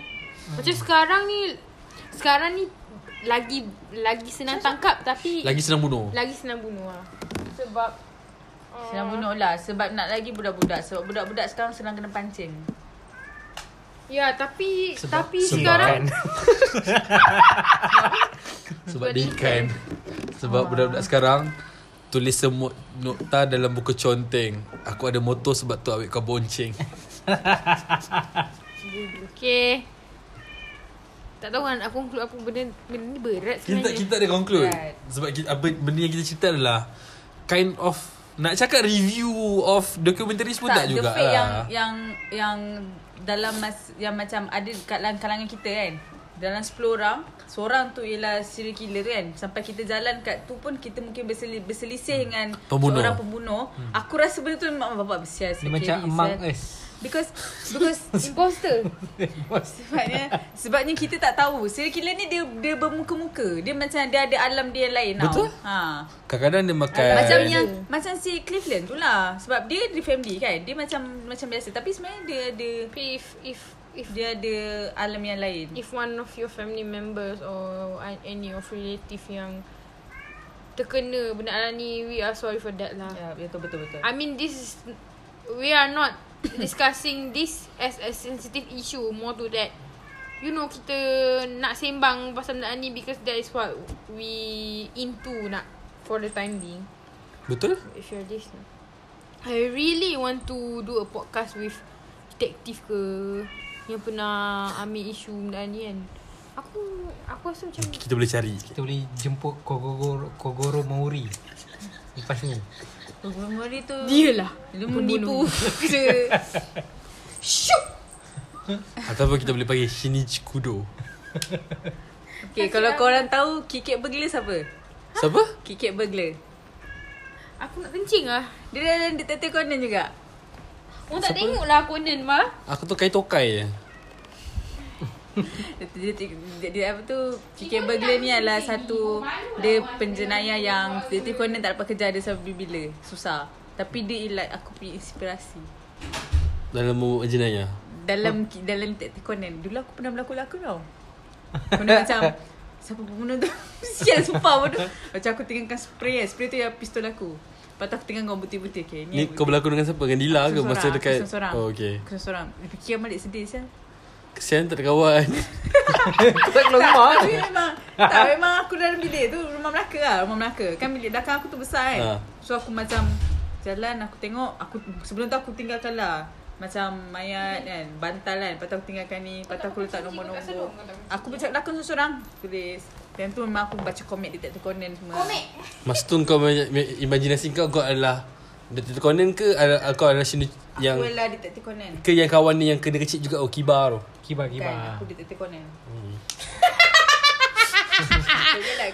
Macam sekarang ni Sekarang ni Lagi Lagi senang tangkap Tapi
Lagi senang bunuh.
Lagi senang bunuh lah Sebab
Senang bunuh lah sebab nak lagi budak-budak sebab budak-budak sekarang senang kena pancing.
Ya tapi
Sebab-
Tapi
sebab-
sekarang
Sebab dia ikan. Sebab budak-budak sekarang tulis semut nokta dalam buku conteng. Aku ada motor sebab tu awet kau bonceng.
Okay Tak tahu kan Aku conclude apa Benda, benda ni berat
Kita
sebenarnya
kita ada conclude
Right.
sebab kita, apa benda yang kita cerita adalah kind of nak cakap review of documentary pun tak, tak
the
juga
fate
lah.
yang yang yang dalam mas, yang macam ada kat dalam kalangan kita kan. Dalam 10 orang, seorang tu ialah serial killer tu kan. Sampai kita jalan kat tu pun kita mungkin berseli, berselisih dengan
Hmm. Pembunuh.
seorang pembunuh. Hmm. Aku rasa benda tu memang bapak bersiar
Dia macam Among
eh.
Us
Because *laughs* because
Imposter
sebabnya sebabnya kita tak tahu serial killer ni dia dia bermuka-muka. Dia macam dia ada alam dia yang lain
Betul. Kan.
tau. Ha.
Kadang-kadang dia makan
Macam yang Macam si Cleveland tu lah Sebab dia di family kan Dia macam Macam biasa Tapi sebenarnya dia ada
If If If
Dia ada Alam yang lain
if one of your family members or an- any of relative yang terkena benda alam ni we are sorry for that lah.
Ya betul betul betul
I mean this is we are not *coughs* discussing this as a sensitive issue more to that you know kita nak sembang pasal benda ni because that is what we into nak for the time being
Betul?
if you're listening. I really want to do a podcast with detektif ke yang pernah ambil isu benda ni kan. Aku aku rasa macam
*laughs* Kita boleh cari
*laughs* Kita boleh jemput Kogoro, Kogoro Maori Lepas ni
Pembunuh hari tu
Dialah
Dia menipu
Ataupun kita boleh panggil Shinichi Kudo
Okay kalau korang tahu Kikik burglar siapa?
Siapa?
Kikik burglar
aku nak kencing ah.
Dia dalam Detective Conan juga
Orang tak tengok lah Conan mah.
Aku tu Kai Tokai je
Dia, dia, dia, dia apa tu Kikik burglar ni adalah satu Dia penjenayah yang Detective Conan tak dapat kejar dia sampai bila Susah Tapi dia ialah aku punya inspirasi
Dalam membuat jenayah Oh.
dalam ki- dalam Detective Conan dulu aku pernah berlakon-lakon
*laughs*
tau benda macam siapa pembunuh tu *laughs* sial sumpah bodoh macam aku tinggalkan spray kan spray tu yang pistol aku lepas tu aku tinggal dengan butir-butir okay,
Ni
butir.
kau berlakon dengan siapa? Dengan Dila ke?
Aku
Masa
seorang,
dekat
aku seorang
Oh okay
aku seorang dia fikir balik sedih sial
Kesian tak ada kawan *laughs*
Tak keluar rumah
tapi memang tak memang aku dalam bilik tu rumah Melaka lah rumah Melaka kan bilik belakang aku tu besar kan
Ha.
so aku macam jalan aku tengok aku sebelum tu aku tinggalkan lah Macam mayat kan Bantal kan Lepas tu aku tinggalkan ni Lepas tu aku letak nombor-nombor Aku baca lakon seorang Tulis Dan tu memang aku baca komik Detective Conan semua Komik
Masa tu kau ma- ma- Imajinasi kau Kau adalah Detective Conan ke adalah, Kau adalah Shin Yang
Yang... Aku lah Detective Conan
Ke yang kawan ni Yang kena kecil juga Oh Kibar tu
Kan
Kibar-kibar
aku Detective Conan
Hmm.
*laughs*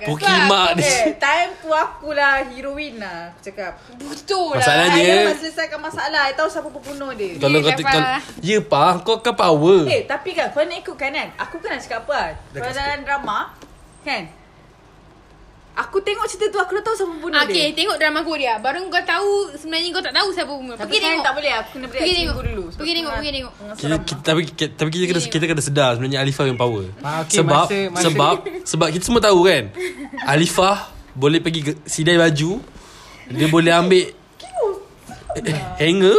Pukimak
Sebab,
dia.
eh, Time tu akulah Heroin lah Aku cakap
Betul lah.
Masalah
Saya
dia
must selesaikan masalah I tahu siapa pembunuh dia
Kalau kau
Dia
tu-
dapat-
kalau- Ya pa Kau kan power
Eh tapi kan kau nak ikutkan kan Aku kan nak cakap apa kan? Kalau dalam drama Kan Aku tengok cerita tu Aku dah tahu siapa pembunuh
Okay,
dia
tengok drama Korea. Baru kau tahu sebenarnya kau tak tahu siapa pembunuh.
Tapi
Pergi
sayang
tengok.
tak boleh Aku kena
Pergi
beri aksi
tengok.
minggu dulu sebab
Pergi
aku
tengok,
nak-
pergi tengok.
nak
kita,
seram.
kita, tapi kita, tapi kita kena kita kena sedar sebenarnya Alifah yang power.
Ah, okey,
sebab
masa- masa-
sebab
*laughs*
sebab kita semua tahu kan. Alifah boleh pergi ge- sidai baju. Dia boleh ambil eh, hanger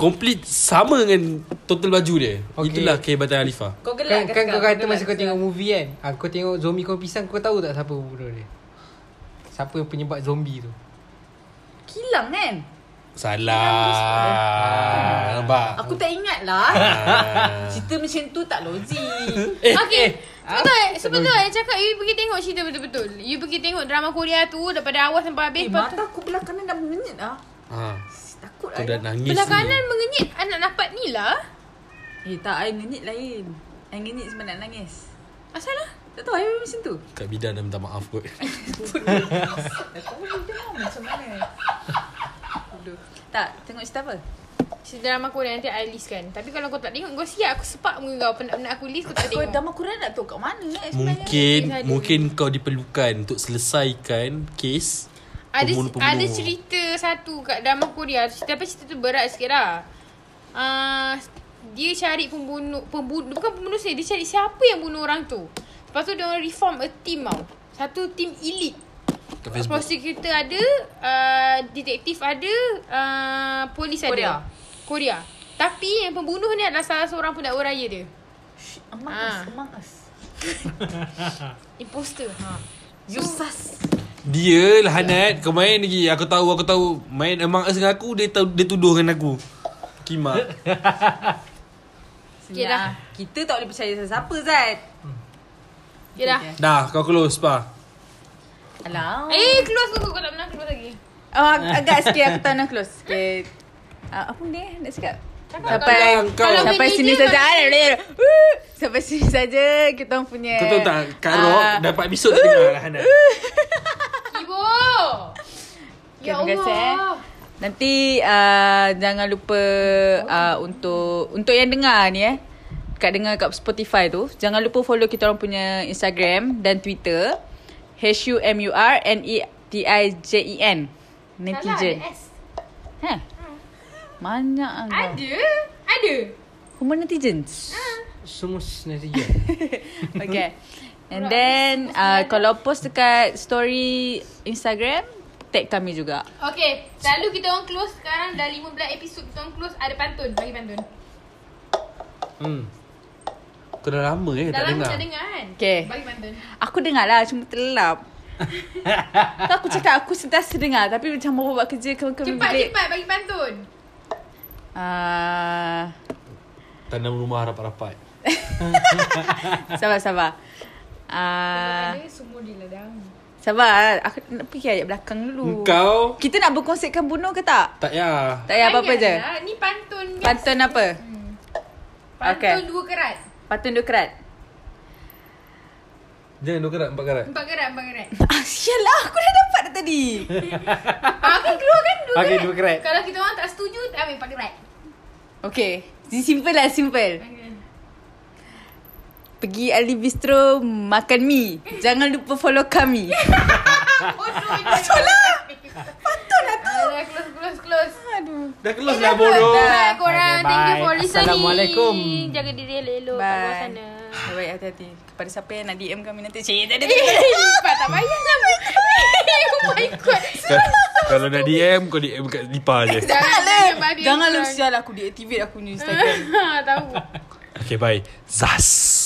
complete sama dengan total baju dia.
Okey.
Itulah kehebatan Alifah.
Kau
Kan,
gelak
kan kau kata
gelak
masa kau
cakap.
tengok movie kan ah, Kau tengok zombie kau pisang Kau tahu tak siapa pembunuh dia Siapa penyebab zombie tu
Kilang kan
Salah. Nampak.
Aku tak ingat *laughs* lah Cerita macam tu tak logik *laughs*
Okay. Betul eh? Betul eh? Cakap you pergi tengok cerita betul-betul. You pergi tengok drama Korea tu daripada awal sampai habis.
Eh
Lepas tu
mata aku belah kanan dah mengenyit lah
Ha.
Takut
Kau
lah
dah nangis.
belah
ni.
kanan mengenyit anak dapat ni lah.
Eh tak I ngenyit lain I ngenyit sebab nak nangis
Asal lah?
Tak tahu I memang macam tu
Kak Bidan dah minta maaf kot.
Aku boleh dengar macam mana Bodoh. Tak, tengok cerita apa?
Cerita drama Korea nanti I listkan. Tapi kalau kau tak tengok, kau siap aku sepak muka kau. Penat-penat aku list, kau tak
Kau
tengok.
dah makuran nak tahu kat mana eh sebenarnya?
ada.
Mungkin mungkin kau diperlukan untuk selesaikan kes
ada
pembunuh-pembunuh.
ada cerita satu kat drama Korea cerita apa cerita tu berat sikit lah uh, dia cari pembunuh pembunuh bukan pembunuh saya dia cari siapa yang bunuh orang tu lepas tu dia orang reform a team tau satu team elite
kat Facebook.
prosecutor ada uh, detektif ada uh, polis ada
Korea.
Korea tapi yang pembunuh ni adalah salah seorang pendakwa raya dia
Shh, Among us,
Ah.
among us.
imposter ha.
You sus.
Dia lah Hanat Kau main lagi Aku tahu aku tahu Main Among Us dengan aku Dia, tahu, dia tuduh dengan aku Kima
Okay dah.
Kita tak boleh percaya siapa Zat.
okay dah
Dah kau close pa
Alah.
eh close aku kau tak pernah close lagi
Oh, ag- agak sikit aku tak nak close. Okay. *laughs* Uh, apa ni nak cakap?
kalau-
Sampai,
kalau
sampai
media
sini
mana-
saja. Woo! Sampai sini saja kita orang punya.
Kau tahu tak
Eh,
Kak
ah,
Rock Dapat episod tak dengar lah
*laughs*
Hanat
Ibu Ya
Okay, terima kasih, eh. Nanti uh, jangan lupa uh, untuk untuk yang dengar ni eh. Kat dengar kat Spotify tu, jangan lupa follow kita orang punya Instagram dan Twitter. H U M U R N E T I J E N. Netizen.
eh.
Ha. Banyak ah. kau.
Ada Ada
Human netizens.
Semua netizen
*laughs* Okay. And then uh, kalau post dekat story Instagram, tag kami juga.
Okay Lalu kita orang close Sekarang dah 15 episod Kita orang close Ada pantun Bagi pantun
Hmm
Kau dah lama eh
Dah
Tak
lama
dengar
tak dengar kan
Okay.
Bagi pantun
Aku dengar lah Cuma terlelap *laughs* Tu aku cakap Aku sentiasa dengar Tapi macam mau buat kerja Kami-kami
Cepat
bilik
cepat Bagi pantun
Ah,
Tanam rumah rapat-rapat
Sabar sabar Ah,
Ada semua dia ladang
Sabar Aku nak pergi ayat belakang
Oh.
dulu
Kau
Kita nak berkonsepkan bunuh ke tak?
Tak
*laughs*
payah
Tak payah apa-apa je
Ayatlah. Ni pantun biasa.
Pantun apa?
Pantun
Okay.
dua kerat
Pantun dua kerat
Jangan dua kerat empat kerat
Empat kerat Empat
*laughs*
kerat
Ah, sial lah Aku dah dapat dah tadi
Aku keluarkan Ah, dua
Okay,
kerat
dua kerat.
Kalau kita orang tak setuju Tak ambil empat kerat
*laughs* Okay Simple lah simple
Okay.
Pergi Ali Bistro Makan mi Jangan lupa follow kami
Bodoh je Asolah Pantun lah tu Alah, Close close close
Aduh
Dah close dah bodoh
Bye korang
Okay,
Thank you
bye.
for listening
Assalamualaikum.
Jaga diri elok-elok Kat luar
Bye.
*laughs* sana
*laughs* Baik hati-hati. Kepada siapa yang nak DM kami nanti. Cik, tak ada.
Lipat tak payah lah *laughs* Oh my god
Kalau nak DM Kau DM kat Lipa je
*laughs* Jangan lah *laughs*
Jangan lu sial aku deactivate aku punya Instagram.
Tahu
Okay bye Zas